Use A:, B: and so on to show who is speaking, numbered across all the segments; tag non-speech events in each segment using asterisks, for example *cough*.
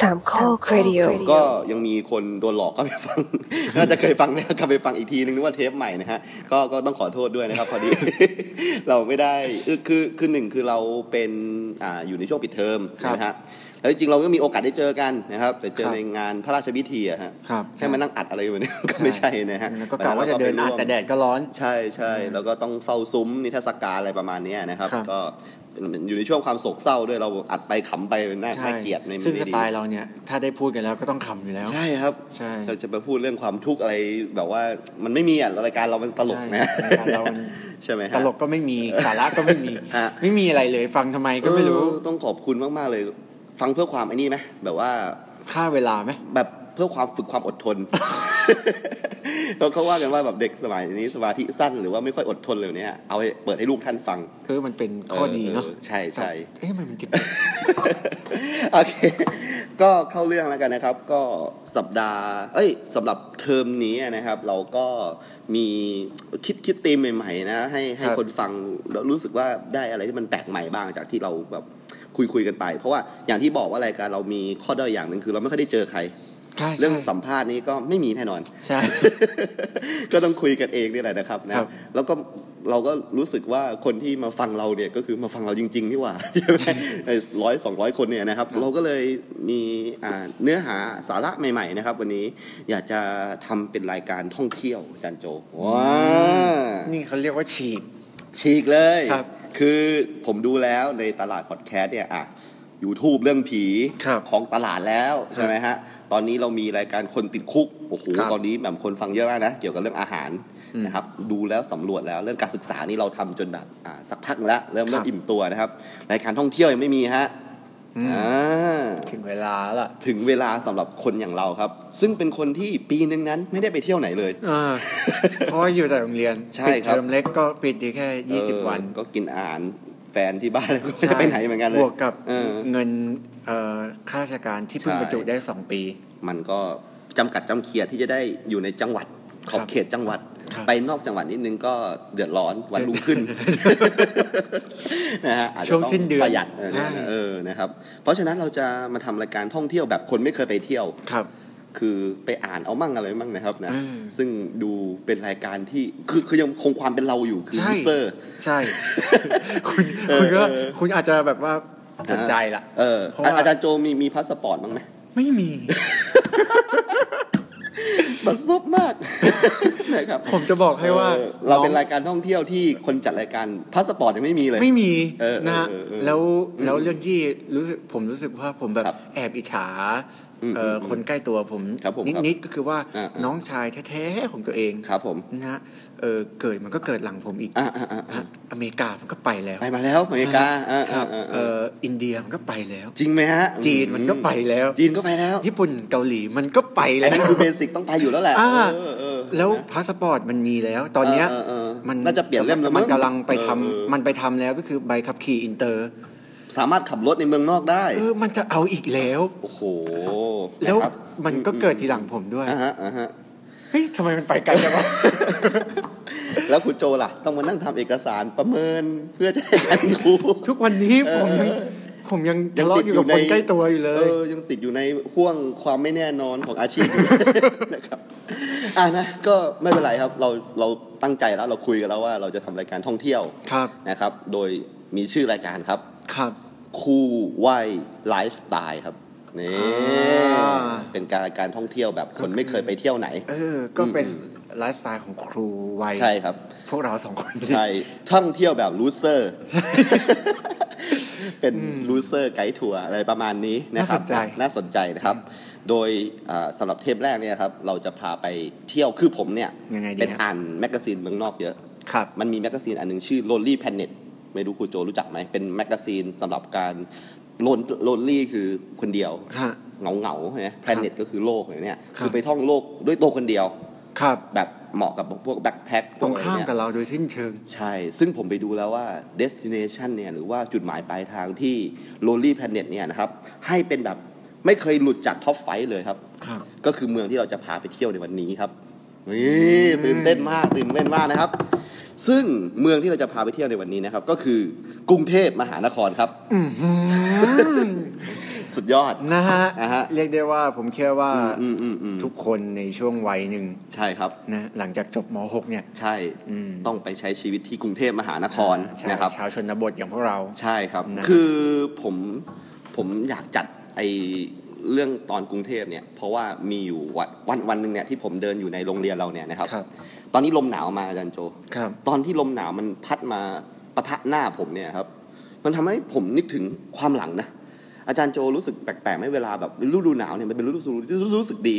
A: สามข้อครดิโอ
B: ก็ยังมีคนโดนหลอกก็ไปฟัง *laughs* น่าจะเคยฟังแล้วก็ไปฟังอีกทีนึงนึกว่าเทปใหม่นะฮะก็ก็ต้องขอโทษด้วยนะครับพอดี *laughs* เราไม่ได้คือคือคือหนึ่งคือเราเป็นอ่าอยู่ในช่วงปิดเทอม
C: ครับ
B: นะฮะแล้วจริงๆเราก็มีโอกาสได้เจอกันนะครับแต่เจอ
C: ครับ
B: ในงานพระราชพิธีอะฮะ
C: ครับ
B: ใช่มานั่งอัดอะไรแบบนี้ *laughs* ก็ไม่ใช่นะฮะ
C: แล้วก็กะว่าจะเดินอัดแต่แดดก็ร้อน
B: ใช่ใช่แล้วก็ต้องเฝ้าซุ้มนิทรรศการอะไรประมาณเนี้ยนะครับ
C: ครับ
B: ก็อยู่ในช่วงความโศกเศร้าด้วยเราอัดไปขำไปน่า
C: ใช่
B: น่าเกลียดไม่
C: ซึ่ง
B: ไม่
C: ส
B: ดี
C: ไตล์เราเนี่ย ถ้าได้พูดกันแล้วก็ต้องขำอยู่แล้ว
B: ใช่ครับ
C: ใช่
B: เราจะไปพูดเรื่องความทุกข์อะไรแบบว่ามันไม่มีอ่ะรายการเรามันตลกนะ
C: ใช่รายการเรามัน
B: *laughs* ใช่ไหมฮะ
C: ตลกก็ไม่มีสาระก็ไม่มี
B: ฮะ
C: ไม่มีอะไรเลย ฟังทำไมก็ไม่รู้
B: เออต้องขอบคุณมาก ๆ เลย ฟังเพื่อความไอ้นี่ไหมแบบว่า
C: ค่าเวลาไหม
B: แบบเพื่อความฝึกความอดทน *laughs* เขาเขาว่ากันว่าแบบเด็กสมัยนี้สมาธิสั้นหรือว่าไม่ค่อยอดทนเลยเนี้ยเอาไว้เปิดให้ลูกท่านฟัง
C: คือมันเป็นข้อดีเนาะ
B: เออใช่ใช่
C: เอ๊ะมันมันติด
B: *laughs* โอเค ก็เข้าเรื่องแล้วกันนะครับ ก็สัปดาห์ เอ้ยสำหรับเทอมนี้นะครับ เราก็มีคิดคิดธีมใหม่ๆนะ ให้ให้
C: ครับ
B: คนฟังแล้วรู้สึกว่าได้อะไรที่มันแปลกใหม่บ้างจากที่เราแบบคุยคุยกันไป เพราะว่าอย่างที่บอกว่ารายการเรามีข้อด้อยอย่างหนึ่งคือเราไม่ค่อยได้เจอใคร
C: ใช่ใช่
B: เรื่องสัมภาษณ์นี้ก็ไม่มีแน่นอน *laughs*
C: ใช่
B: ก็ต้องคุยกันเองนี่แหละนะครับนะครับ แล้วก็เราก็รู้สึกว่าคนที่มาฟังเราเนี่ยก็คือมาฟังเราจริงๆนี่หว่า *laughs* ใช่ไหมร้อยสองร้อยคนเนี่ยนะครับ เราก็เลยมีอ่าเนื้อหาสาระใหม่ๆนะครับ วันนี้อยากจะทำเป็นรายการท่องเที่ยวอาจารย์โจว้า
C: นี่เขาเรียกว่าฉีก
B: ฉีกเลย
C: ครับ
B: คือผมดูแล้วในตลาดพอดแคสต์เนี่ยอ่ะ YouTube เรื่องผี
C: ครับ
B: ของตลาดแล้วใช่ไหมฮะ ตอนนี้เรามีรายการคนติดคุก โอ้โห
C: ครับ
B: ตอนนี้แบบคนฟังเยอะมากนะ เกี่ยวกับเรื่องอาหารนะครับ ดูแล้วสำรวจแล้วเรื่องการศึกษานี่เราทำจนแบบอ่าสักพักแล้ว เริ่ม
C: ครั
B: เริ่
C: บ
B: มอิ่มตัวนะครับ รายการท่องเที่ยวยังไม่มีฮะอ่า
C: ถึงเวลาแล้วล่ะ
B: ถึงเวลาสำหรับคนอย่างเราครับ ซึ่งเป็นคนที่ปีนึงนั้นไม่ได้ไปเที่ยวไหนเลย
C: อ่าเพราะว่าอยู่แต่โรงเรียน
B: ใช่
C: ปิด
B: ครับ
C: เทอมเล็กก็ปิดอยู่แค่
B: เออ
C: 20 วัน
B: ก็กินอาหารแฟนที่บ้าน *laughs* แล้วก็ไม่ได้ไปไหนเหมือนกันเลย
C: บวกกับ
B: เออ
C: เงินเอ่อข้าราชการที่เพิ่ง
B: ใช่
C: บรรจุได้ 2 ปี
B: มันก็จำกัดจำเขียดที่จะได้อยู่ในจังหวัดขอบเขตจังหวัด
C: ครับ
B: ไปนอกจังหวัดนิดนึงก็เดือด
C: *laughs*
B: ร้อนวันรุ่งขึ้น นะฮะอาจจะ
C: ช่วงสิ้นเดือน
B: ต้องประหยัดเออ
C: ใช่
B: เออนะครับ เพราะฉะนั้นเราจะมาทำรายการท่องเที่ยวแบบคนไม่เคยไปเที่ยว
C: ครับ
B: คือไปอ่านเอามั่งอะไรมั่งนะครับนะ
C: อืม
B: ซึ่งดูเป็นรายการที่คือคือยังคงความเป็นเราอยู่คือยูเซอร์
C: ใช่
B: *laughs*
C: คุณคุณก็
B: เออ
C: คุณอาจจะแบบว่าสนใจละ
B: เออ
C: เพราะ
B: อ่ะ
C: ว่า
B: อาจารย์โจมีมีพาสปอร์ต
C: *laughs*
B: บ้างไหม
C: ไม่มี
B: มันซบมาก *laughs* นะครับ
C: ผมจะบอกให้ว่า
B: เออเราเป็น
C: น้อง
B: รายการท่องเที่ยวที่คนจัดรายการพาสปอร์ตยังไม่มีเลย
C: ไม่มี
B: เออ
C: นะฮะ
B: เออเออ
C: แล้ว
B: อืม
C: แล้วเรื่องที่รู้สึกผมรู้สึกว่าผมแบบ
B: ครับ
C: แอบอิจฉา
B: อืม
C: เอ่ออ
B: ม
C: คนใกล้ตัวผม
B: ครับผม
C: นิดๆก็คือว่า
B: อ่าอ่า
C: น้องชายแท้ๆของตัวเอง
B: ครับผม
C: นะฮะเออเกิดมันก็เกิดหลังผมอีก
B: อ่ะอ่ะอ่ะ
C: ฮะอเมริกามันก็ไปแล้ว
B: ไปมาแล้วอเมริกาอ่ะ
C: ค
B: อ่ะ
C: รับ
B: อ่ะ
C: เอออินเดียมันก็ไปแล้ว
B: จริงไหมฮะ
C: จีนมันก็ไปแล้ว
B: จีนก็ไปแล้ว
C: ญี่ปุ่นเกาหลีมันก็ไป
B: อัน
C: แล้
B: นี้
C: ว
B: คือเบสิกต้องไปอยู่แล้วแหละ
C: อ่า
B: เออเออ
C: แล้ว
B: นะ
C: พาสปอร์ตมันมีแล้ว ตอนเนี้ย
B: เออเออเออ
C: มัน
B: น่าจะเปลี่ยนเล่มแล้วมั้
C: มั
B: ง
C: นกำลังไปทำ
B: เออเออ
C: มันไปทำแล้วก็คือใบขับขี่อินเตอร์
B: สามารถขับรถในเมืองนอกได้
C: เออ มันจะเอาอีกแล้ว
B: โอ้โห
C: แล้ว
B: ะครับ
C: มันก็เกิดทีหลังผมด้วย
B: อ่ะฮะอ่ะฮะ
C: เฮ้ยทำไมมันไปไกลจังวะ
B: แล้วคุณโจล่ะ ต้องมานั่งทำเอกสารประเมินเพื่อจะให้การรู้
C: ทุกวันนี้ผมยัง
B: เออ
C: ผมยังทะเลาะอยู่กับคนใกล้ตัวอยู่เล
B: เอย อยังติดอยู่ในห่วงความไม่แน่นอนของอาชีพอยู่ *laughs* นะครับอ่ะนะก็ไม่เป็นไรครับเราเราตั้งใจแล้วเราคุยกันแล้วว่าเราจะทำรายการท่องเที่ยว
C: ครับ
B: นะครับ โดยมีชื่อรายการครับ
C: ครับ
B: คู่ว่ายไลฟ์สไตล์ครับนี่
C: อ่า
B: เป็นการรายการท่องเที่ยวแบบคนไม่เคยไปเที่ยวไหน
C: เออ ก็เป็นไลฟ์สไตล์ของครูวัย
B: ใช่ครับ
C: พวกเราสองคน
B: ใช่ท่องเที่ยวแบบลูเซอร์ *laughs* เป็นลูเซอร์ไกด์ทัวร์อะไรประมาณนี้นะครับ
C: าสนใจ
B: น่าสนใจนะครับ โดยอ่าสำหรับเทปแรกเนี่ยครับ เราจะพาไปเที่ยวคือผมเนี่ย
C: ยังไงดี
B: เป็น
C: ฮะ
B: อ่านแมกกาซีนเมืองนอกเยอะ
C: ครับ
B: มันมีแมกกาซีนอันหนึงชื่อ Lonely Planet ไม่รู้ครูโจรู้จักไหม เป็นแมกกาซีนสำหรับการโลนโลนลี่คือคนเดียว
C: ฮะ
B: เหงาเหงาๆใช่ไหม planet ก็คือโลกอย่างเนี้ย
C: ครับ
B: คือไปท่องโลกด้วยตัวคนเดียว
C: ครับ
B: แบบเหมาะกับพวกแบ็คแพ็ค
C: ตรงข้ามกับเราโดยสิ้นเชิง
B: ใช่ ซึ่งผมไปดูแล้วว่า destination เนี่ยหรือว่าจุดหมายปลายทางที่ Lonely Planet เนี่ยนะครับ ให้เป็นแบบไม่เคยหลุดจากท็อปไฟเลยครับ
C: ครับ
B: ก็คือเมืองที่เราจะพาไปเที่ยวในวันนี้ครับนี่ตื่นเต้นมากตื่นเต้นมากนะครับ ซึ่งเมืองที่เราจะพาไปเที่ยวในวันนี้นะครับ ก็คือกรุงเทพมหานครครับ สุดยอด
C: นะฮะ
B: อ่าฮะ
C: เรียกได้ว่าผมเชื่อว่า
B: อืมอืมอืม
C: ทุกคนในช่วงวัยหนึ่ง
B: ใช่ครับ
C: นะหลังจากจบม .6 เนี่ย
B: ใช่
C: อืม
B: ต้องไปใช้ชีวิตที่กรุงเทพมหานคร
C: ใช่
B: นะครับ
C: ชาวชนบทอย่างพวกเรา
B: ใช่ครับ
C: นะครับ
B: คือผมผมอยากจัดไอเรื่องตอนกรุงเทพเนี่ย เพราะว่ามีอยู่วันวันวันหนึ่งเนี่ยที่ผมเดินอยู่ในโรงเรียนเราเนี่ยนะครับ
C: ครับ
B: ตอนนี้ลมหนาวมาอาจารย์โจ
C: ครับ
B: ตอนที่ลมหนาวมันพัดมาปะทะหน้าผมเนี่ยครับ มันทำให้ผมนึกถึงความหลังนะ อาจารย์โจรู้สึกแปลกๆไหมเวลาแบบฤดูหนาวเนี่ยมันเป็นฤดูรู้สึกดี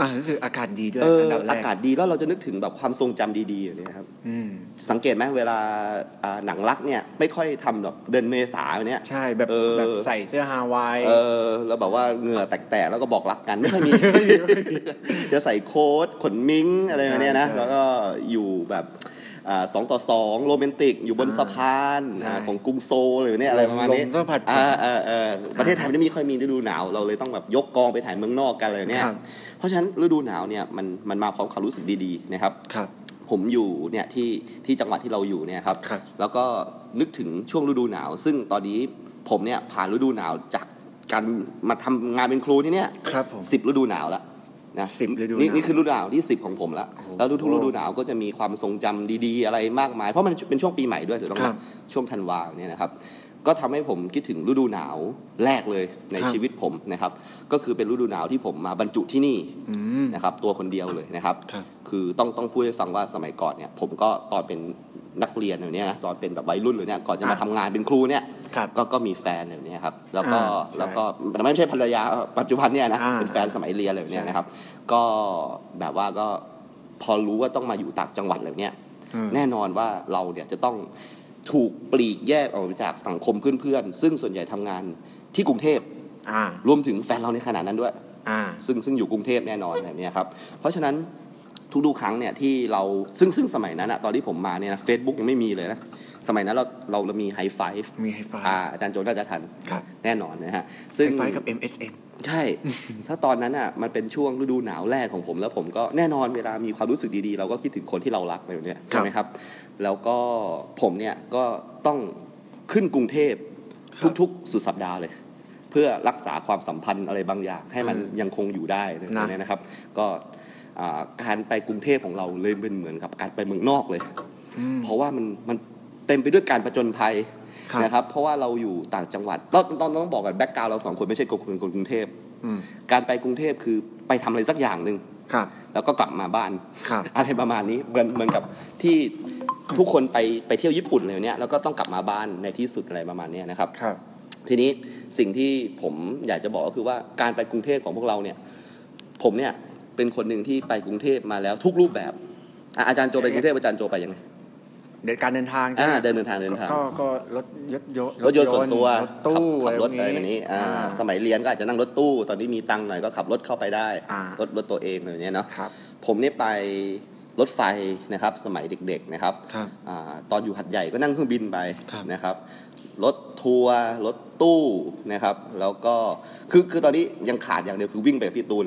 C: อ่ารู้สึกอากาศดีด้วย
B: เออ
C: ดับแร
B: อากาศดีแล้วเราจะนึกถึงแบบความทรงจำดีๆอย่างเนี้ยครับ
C: อืม
B: สังเกตไหมเวลาอ่าหนังรักเนี่ยไม่ค่อยทำแบบเดินเมษาอย่างเนี้ย
C: ใช่แบบ
B: เออ
C: แบบใส่เสื้อฮาวาย
B: เออแล้วแบบว่าเหงื่อแตกๆแล้วก็บอกรักกันไม่ค่อย
C: *laughs*
B: มี จะใส่โค้ทขนมิงอะไรแบบเนี้ยนะ
C: ใช่ใช่
B: แล้วก็อยู่แบบอ่าสองต่อสองโรแมนติกอยู่บน
C: อ่า
B: สะพานอ่า
C: ใช่
B: ของกรุงโซลอะไรแบบเนี้ยอะไรประมาณนี้
C: ลมก็พัดผ่อน
B: อ่าเออเออประเทศไทยมันไม่ค่อยมีฤดูหนาวเราเลยต้องแบบยกกองไปถ่ายเมืองนอกกันอะไรแบบเนี้ย
C: ครับ
B: เพราะฉะนั้นฤดูหนาวเนี่ยมันมันมาพร้อมความรู้สึกดีๆนะครับ
C: ครับ
B: ผมอยู่เนี่ยที่ที่จังหวัดที่เราอยู่เนี่ยครับ
C: ครับ
B: แล้วก็นึกถึงช่วงฤดูหนาว ซึ่งตอนนี้ผมเนี่ยผ่านฤดูหนาวจากการมาทำงานเป็นครูที่เนี่ย
C: ครับผม
B: สิบฤดูหนาวแล้วนะ
C: สิบฤดูหนาว
B: นี่นี่คือฤดูหนาวที่สิบของผมแล้ว
C: โอ้โห
B: แล้วทุกๆฤดูหนาวก็จะมีความทรงจำดีๆ อะไรมากมาย เพราะมันเป็นช่วงปีใหม่ด้วยถูกต้องไหม
C: ครับ
B: ช่วงธันวาเนี่ยนะครับ ก็ทำให้ผมคิดถึงฤดูหนาวแรกเลยใน
C: ครับ
B: ชีวิตผมนะครับ ก็คือเป็นฤดูหนาวที่ผมมาบรรจุที่นี่
C: อืม
B: นะครับตัวคนเดียวเลยนะครับ
C: ครับ
B: คือต้องต้องพูดให้ฟังว่าสมัยก่อนเนี่ยผมก็ตอนเป็นนักเรียนอยู่เนี่ยนะตอนเป็นแบบวัยรุ่นเลยเนี่ยก่อนจะมา
C: อ่ะ
B: ทำงานเป็นครูเนี่ย
C: ครับ
B: ก็ก็มีแฟนอยู่เนี่ยครับแล้วก็
C: อ่าใช่
B: แล้วก็แต่ไม่ใช่ภรรยาปัจจุบันเนี่ยนะ
C: อ่า
B: เป็นแฟนสมัยเรียนเลยเนี่ย
C: ใช่
B: นะครับ ก็แบบว่าก็พอรู้ว่าต้องมาอยู่ต่างจังหวัดเลยเนี่ย
C: เออ
B: แน่นอนว่าเราเนี่ยจะต้องถูกปลีกแยกออกไปจากสังคมเพื่อนๆซึ่งส่วนใหญ่ทำงานที่กรุงเทพ
C: อ่า
B: รวมถึงแฟนเราในขณะนั้นด้วย
C: อ่า
B: ซึ่งซึ่งอยู่กรุงเทพแน่นอนแบบเนี้ยครับ เพราะฉะนั้นทุกๆครั้งเนี่ยที่เราซึ่งซึ่งสมัยนั้นอะตอนที่ผมมาเนี่ยนะเฟซบุ๊กยังไม่มีเลยนะ สมัยนั้นเราเราเรามีไฮไฟฟ์
C: มีไฮไฟ
B: อ่าอาจารย์โจนน่าจะทัน
C: ครับ
B: แน่นอนนะฮะ
C: ไฮ
B: ซึ่ง
C: ไฟกับ MSN
B: ใช่
C: *laughs*
B: ถ้าตอนนั้นอะมันเป็นช่วงฤดูหนาวแรกของผม แล้วผมก็แน่นอนเวลามีความรู้สึกดีๆ เราก็คิดถึงคนที่เรารักอะไรแบบเนี้ย
C: ครับ
B: ใช่ไหมครับ แล้วก็ผมเนี่ยก็ต้องขึ้นกรุงเทพ ทุกๆ สุดสัปดาห์เลย เพื่อรักษาความสัมพันธ์อะไรบางอย่าง ให้มัน
C: เออ
B: ยังคงอยู่ได้ในะ
C: นะ
B: เนี้นะครับ ก็อ่าการไปกรุงเทพของเราเลยเป็นเหมือนกับการไปเมืองนอกเลย
C: อืม
B: เพราะว่ามันมันเต็มไปด้วยการประจนภัย
C: ครับ
B: นะครับ เพราะว่าเราอยู่ต่างจังหวัดเราตอนต้องบอกกันแบ็กกราวเราสองคนไม่ใช่คนคนกรุงเทพ
C: อืม
B: การไปกรุงเทพคือไปทำอะไรสักอย่างหนึ่ง
C: ครับ
B: แล้วก็กลับมาบ้าน *laughs*
C: ครับ
B: อะไรประมาณนี้เหมือนเหมือนกับที่ทุกคนไปไปเที่ยวญี่ปุ่นอะไรอย่างเนี้ยแล้วก็ต้องกลับมาบ้านในที่สุดอะไรประมาณเนี้ยนะครับ
C: ครับ
B: ทีนี้สิ่งที่ผมอยากจะบอกก็คือว่าการไปกรุงเทพของพวกเราเนี่ย ผมเนี่ยเป็นคนหนึ่งที่ไปกรุงเทพมาแล้วทุกรูปแบบอ่ะอาจารย์โจไปกรุงเทพอาจารย์โจไปยังไง
C: เดินการเดินทางใช่
B: อ่า
C: ไหม
B: เดินเดินทางเดินทาง
C: ก็ก็รถยศยศ
B: รถยนต์ส่วนตัว
C: รถตู้
B: ขับรถอะไรแบบนี้อ่าสมัยเรียนก็อาจจะนั่งรถตู้ตอนนี้มีตังค์หน่อยก็ขับรถเข้าไปได้
C: อ่าร
B: ถรถตัวเองอะไรอย่างเงี้ยเนาะ
C: ครับ
B: ผมเนี่ยไปรถไฟนะครับ สมัยเด็ก ๆนะครับ
C: ครับ
B: อาตอนอยู่หัดใหญ่ก็นั่งเครื่องบินไป
C: ครับ
B: นะครับรถทัวร์รถตู้นะครับ แล้วก็คือคือตอนนี้ยังขาดอย่างเดียวคือ *laughs* วิ่งไปกับพี่ตูน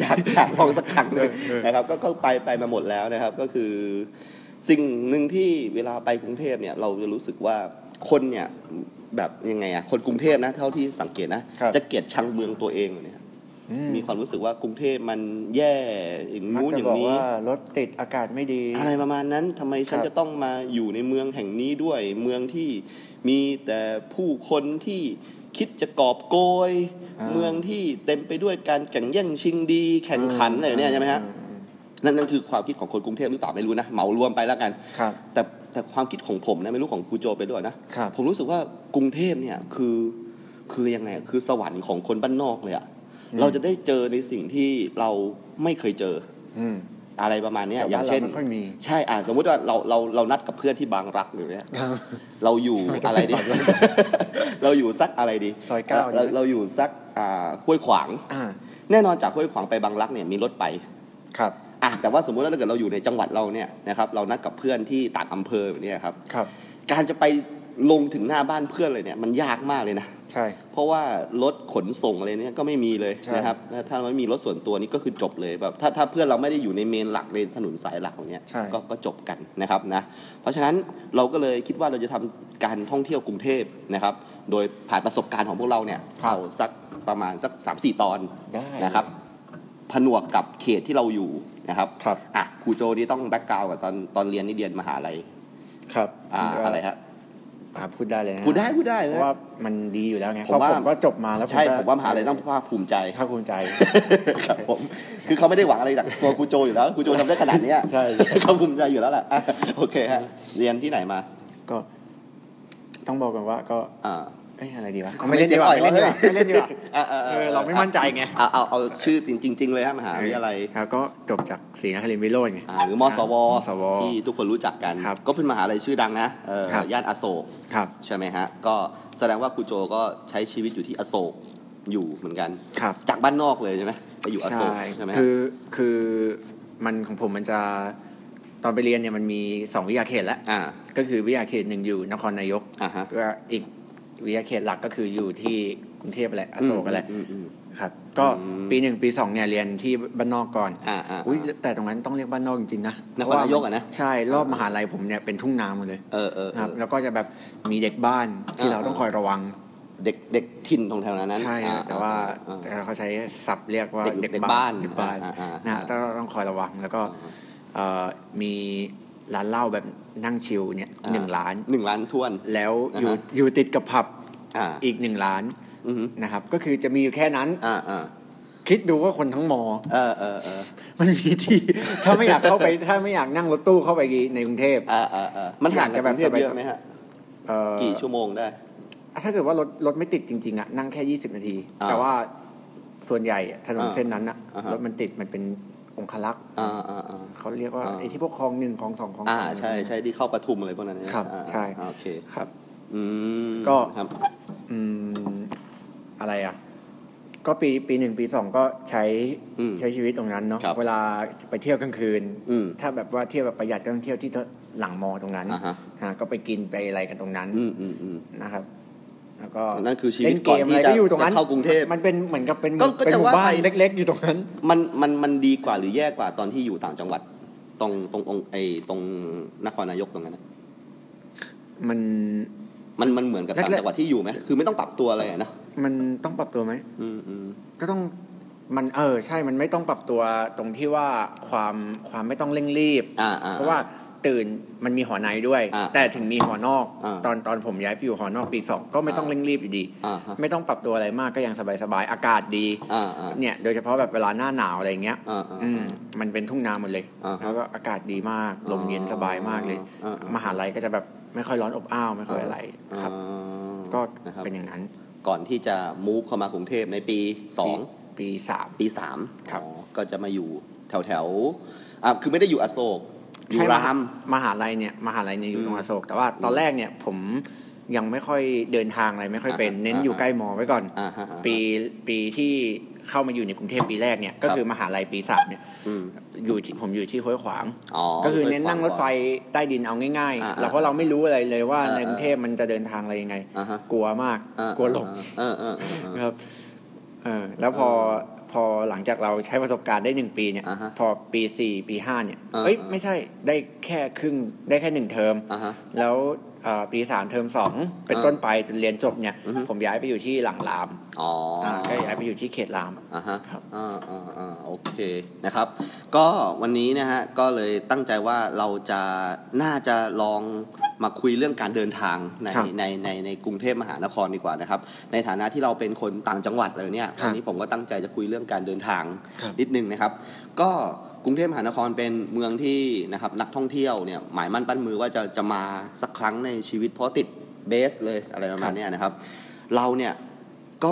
B: อยากอยากลองสักครั้งหนึ่ง
C: เออเออ
B: นะครับก็ก็ไปไปมาหมดแล้วนะครับ ก็คือ สิ่งหนึ่งที่เวลาไปกรุงเทพเนี่ยเราจะรู้สึกว่าคนเนี่ยแบบยังไงอะคนกรุงเทพนะเท่าที่สังเกตนะครับ จะเกลียดชังเมืองตัวเองเนี่ย
C: อืม
B: มีความรู้สึกว่ากรุงเทพมันแย่อย่างนู้น
C: มัก
B: อ
C: จะ
B: ย่าง
C: บอก
B: นี้
C: ว่ารถติดอากาศไม่ดี
B: อะไรประมาณนั้นทำไมฉัน
C: ครับ
B: จะต้องมาอยู่ในเมืองแห่งนี้ด้วย เมืองที่มีแต่ผู้คนที่คิดจะกอบโกย
C: อ่า
B: เมืองที่เต็มไปด้วยการแข่งแย่งชิงดี แข่งขันอะไรเนี่ยใช่ไหมฮะ
C: อือืม
B: นั่นนั่นคือความคิดของคนกรุงเทพหรือเปล่าไม่รู้นะเหมารวมไปแล้วกัน
C: ครับ
B: แต่แต่ความคิดของผมนะไม่รู้ของครูโจไปด้วยนะ
C: ครับ
B: ผมรู้สึกว่ากรุงเทพเนี่ยคือคือยังไงคือสวรรค์ของคนบ้านนอกเลยอะ
C: อืม
B: เราจะได้เจอในสิ่งที่เราไม่เคยเจอ
C: อืม
B: อะไรประมาณเนี้ย
C: แต่
B: อย่า
C: บ้าง นเรา
B: เช่น
C: ไม่ค่อยมี
B: ใช่อ่าสมมุติว่าเราเราเรานัดกับเพื่อนที่บางรักหรือเนี่ย
C: ครับ
B: เราอยู่
C: ไม่ต้อง
B: อะไรดี
C: บางรัก
B: *laughs* เราอยู่สักอะไรดี
C: ซอยเก้าดีไหม
B: เราเราอยู่สักอ่าห้วยขวาง
C: อ่า
B: แน่นอนจากห้วยขวางไปบางรักเนี่ยมีรถไป
C: ครับ
B: อ่ะแต่ว่าสมมุติว่าถ้าเกิดเราอยู่ในจังหวัดเราเนี่ยนะครับเรานัดกับเพื่อนที่ต่างอำเภอแบบเนี้ยครับ
C: ครับ
B: การจะไปลงถึงหน้าบ้านเพื่อนเลยเนี่ยมันยากมากเลยนะ
C: ใช่
B: เพราะว่ารถขนส่งอะไรเนี่ยก็ไม่มีเลย
C: ใช่
B: นะครับแล้วถ้าไม่มีรถส่วนตัวนี่ก็คือจบเลยแบบถ้าถ้าเพื่อนเราไม่ได้อยู่ในเมนหลักในถนนสายหลักของเนี้ย
C: ใช่
B: ก็ก็จบกันนะครับนะเพราะฉะนั้นเราก็เลยคิดว่าเราจะทำ การท่องเที่ยวกรุงเทพนะครับ โดยผ่านประสบการณ์ของพวกเราเนี่ย
C: ครับ
B: เอาสักประมาณสัก 3-4 ตอน
C: ได้
B: นะครับ ผนวกกับเขตที่เราอยู่นะครับ
C: ครับ
B: อ่ะครูโจนี่ต้องแบ็กกราวกับตอนตอนเรียนนี่เรียนมหาลัย
C: ครับ
B: อ่าอะไรฮะ
C: อ่าพูดได้เลยนะ
B: พูดได้พูดได้
C: เพราะว่ามันดีอยู่แล้วไง
B: ผมว่า
C: เพระผมก็จบมาแล้ว
B: ใช่
C: ก็
B: ผมว่ามหาลัยต้องภาคภูมิใจ
C: ภาคภูมิ
B: *laughs*
C: ใจ
B: ครับผม คือเขาไม่ได้หวังอะไรจากตัวครูโจอยู่แล้วครูโจทำได้ขนาดเนี้ย
C: ใช่
B: เขาภูมิใจอยู่แล้วแหละอ่ะโอเคฮะเรียนที่ไหนมา
C: ก็ ต้องบอกกันว่าก็
B: อ่า
C: เอ้ยอะไรดีวะ
B: ทำไม
C: ไม่เล่นดีกว่าไม่เล่นดีกว่า
B: เสียงอ่อย
C: ไม่เล่นดีกว่า
B: อ่ะอ่ะ
C: เอ
B: อ่ะ
C: อเราไม่มั่นใจไง
B: เอาเอาเอาชื่อจริงจริง ๆ เลยฮะมหาวิทยาลัย
C: แล้วก็จบจากศรีนครินทร์วิโรจน์ไง
B: อ่าหรือมสว
C: มสว
B: ที่ทุกคนรู้จักกัน
C: ครับ
B: ก็เป็นมหาลัยชื่อดังนะเออ
C: ครับ
B: ย่านอโศก
C: ครับ
B: ใช่ไหมฮะ ก็แสดงว่าครูโจก็ใช้ชีวิตอยู่ที่อโศกอยู่เหมือนกัน
C: ครับ
B: จากบ้านนอกเลยใช่ไหมไปอยู่อโศกใช่ไหมฮะ
C: คือคือมันของผมมันจะตอนไปเรียนเนี่ยมันมีสองวิทยาเขตแล้ว
B: อ่า
C: ก็คือวิทยาเขตหนึ่งอยู่นครนายก
B: อ่าฮะ
C: ก็อีกวิทยาเขตหลักก็คืออยู่ที่กรุงเทพแหละอโศกแหละ
B: อืมอืม
C: ครับก็
B: อืม
C: ปีหนึ่งปีสองเนี่ยเรียนที่บ้านนอกก่อน
B: อ่าอ่า
C: อุ้ยแต่ตรงนั้นต้องเรียกบ้านนอกจริงๆนะ
B: นครนายกอะนะ
C: ใช่รอบมหาลัยผมเนี่ยเป็นทุ่งนาหมดเลย
B: เออเออเอ
C: ครับ
B: อ
C: แล้วก็จะแบบมีเด็กบ้านที่เรา
B: อ่า
C: ต้องคอยระวัง
B: เด็กเด็กถิ่นตรงแถวนั้น
C: ใช่
B: อ่
C: แต่ว่า
B: อ่
C: แต่เขาใช้ศัพท์เรียกว่า
B: เด็ก
C: เด็ก
B: เด็ก
C: บ้า
B: บ้าน น
C: เด็กบ้าน
B: อ่อ่
C: นะ
B: อ่า
C: ฮะต้องต้องคอยระวังแล้วก็เอ่อมีร้านเหล้าแบบนั่งชิลเนี่ย
B: อ่า
C: หนึ่งร้าน
B: หนึ่งล้านท้วน
C: แล้วอยู่
B: อ่าฮะ
C: อยู่ติดกับผับ
B: อ่า
C: อีกหนึ่งร้าน
B: อือฮึ
C: นะครับ ก็คือจะมีอยู่แค่นั้น
B: อ่าอ่า
C: คิดดูว่าคนทั้งมอ
B: เออเออเออ
C: มันมีที่ *laughs* ถ้าไม่อยากเข้าไป ถ้าไม่อยากนั่งรถตู้เข้าไปในกรุงเทพ
B: อ่าอ่าอ่ามันห่างจากกรุงเทพ
C: อยากจะแบบ
B: เยอะไหมฮะ
C: เอ่อ
B: กี่ชั่วโมงได้
C: ถ้าเกิดว่ารถรถไม่ติดจริงๆอะนั่งแค่ 20 นาที
B: อ่า
C: แต่ว่าส่วนใหญ่ถนนเส้นนั้นอะ
B: อ่าฮะ
C: รถมันติดมันเป็นองคลักษ์
B: อ่าอ่าอ่า
C: เขาเรียกว่า
B: อ่า
C: ไอ้ที่พวกคลองหนึ่งคลองสองคลอง
B: อ่า
C: สาม
B: ใช่ใช่ที่เข้าปทุมอะไรพวกนั้นนะครับ อ่า
C: ใช่
B: อ่าโอเค
C: ครับ
B: อืม
C: ก็
B: ครับ
C: อืมอะไรอ่ะ ก็ปีปีหนึ่งปีสองก็ใช้
B: อืม
C: ใช้ชีวิตตรงนั้นเนาะ
B: ครับ
C: เวลาไปเที่ยวกลางคืน
B: อืม
C: ถ้าแบบว่าเที่ยวแบบประหยัดก็ต้องเที่ยวที่หลังมอตรงนั้น
B: อ่าฮะ
C: ฮะก็ไปกินไปอะไรกันตรงนั้น
B: อืมอืมอืม
C: นะครับ แล้วก็
B: นั่นคือชีวิต
C: เล่นเกม
B: ก่อนที่
C: อะไร
B: จะ
C: ก็อยู่ตรงนั้น
B: จะเข้ากรุงเทพ
C: มันเป็นเหมือนกับเป็น
B: ก็ก็
C: เป็น
B: จะ
C: หมู่
B: ว่า
C: บ้าน
B: ไป
C: เล็ก ๆ อยู่ตรงนั้น
B: มันมันมันดีกว่าหรือแย่กว่าตอนที่อยู่ต่างจังหวัด ตรงตรงองค์ไอตรงนครนายกตรงนั้นนะ
C: มัน
B: มันมันเหมือนกับ
C: แรกๆ
B: ต่างจังหวัดที่อยู่ไหมคือไม่ต้องปรับตัวอะไรอะนะ
C: มันต้องปรับตัวไหม
B: อืมอืม
C: ก็ต้องมันเออ ใช่มันไม่ต้องปรับตัวตรงที่ว่าความความไม่ต้องเร่งรีบ
B: อ่าอ่
C: เพราะว่าตื่นมันมีหอในด้วย
B: อ่า
C: แต่ถึงมีหอนอก
B: อ่า
C: ตอนตอนผมย้ายไปอยู่หอนอกปีสองก็ไม่ต้อง
B: อ่า
C: เร่งรีบอยู่ดี
B: อ่าฮะ
C: ไม่ต้องปรับตัวอะไรมากก็ยังสบายๆอากาศดี
B: อ่าอ่า
C: เนี่ยโดยเฉพาะแบบเวลาหน้าหนาวอะไรอย่างเงี้ย
B: อ่าอ่า
C: อืมมันเป็นทุ่งนาหมดเลย
B: อ่าฮะ
C: แล้วก็อากาศดีมากลมเย็นสบายมากเลย
B: อ่าอ่าม
C: มหาลัยก็จะแบบไม่ค่อยร้อนอบอ้าวไม่ค่อยอะไรครับ
B: อ่า
C: ก็
B: นะครับ
C: เป็นอย่างนั้น
B: ก่อนที่จะ move เข้ามากรุงเทพในปี 2
C: ปีสาม
B: ปี3
C: ครับ
B: ก็จะมาอยู่แถวแถวๆอ่าคือไม่ได้อยู่อโศกอยู่
C: ใช่
B: ราม
C: มหาลัยเนี่ยมหาลัยเนี่ยอยู่ตรงอโศกแต่ว่าตอนแรกเนี่ยผมยังไม่ค่อยเดินทางอะไรไม่ค่อยเป็น
B: อ่าฮะ
C: เน้นอยู่
B: อ่าฮะ
C: ใกล้มอไว้ก่อน
B: อ่าฮะอ่าฮะ
C: ปีปีที่เข้ามาอยู่ในกรุงเทพปีแรกเนี่ยก็
B: ครับ
C: คือมหาลัยปีสามเนี่ย
B: อืม
C: อยู่ที่ผมอยู่ที่ห้วยขวาง
B: อ๋อ
C: ก็คือเน้นนั่งรถไฟใต้ดินเอาง่าย
B: อ่า
C: ๆเราเพราะเราไม่รู้อะไรเลยว่า
B: อ่า
C: ในกรุงเทพมันจะเดินทางอะไรยังไง
B: อ่าฮะ
C: กลัวมาก
B: อ่าก
C: ลัวหลง
B: เออเออเออเออ
C: ครับเออแล้วพอพอหลังจากเราใช้ประสบการณ์ได้หนึ่งปีเนี่ย
B: อ่าฮะ
C: พอปีสี่ปีห้าเนี่ย
B: อ่า
C: เอ้ย
B: อ่า
C: ไม่ใช่ได้แค่ครึ่งได้แค่หนึ่งเทอม
B: อ่าฮะ
C: แล้วเอ่อปีสามเทอมสองเป็นต้นไปจนเรียนจบเนี่ย
B: อือฮึ
C: ผมย้ายไปอยู่ที่หลังราม
B: อ๋ออา
C: ก็ย้ายไปอยู่ที่เขตราม
B: อ่าฮะ
C: ครับ
B: อ่าอ่าอ่าโอเคนะครับ ก็วันนี้นะฮะก็เลยตั้งใจว่าเราจะน่าจะลองมาคุยเรื่องการเดินทางใน
C: ครับ
B: ในในในกรุงเทพมหานครดีกว่านะครับ ในฐานะที่เราเป็นคนต่างจังหวัดเลยเนี่ย
C: ครับ
B: วันนี้ผมก็ตั้งใจจะคุยเรื่องการเดินทาง
C: ครับ
B: นิดนึงนะครับ ก็กรุงเทพมหานครเป็นเมืองที่นะครับนักท่องเที่ยวเนี่ยหมายมั่นปั้นมือว่าจะจะมาสักครั้งในชีวิตเพราะติดเบสเลยอะไรประมาณเนี้ยนะครับ เราเนี่ยก็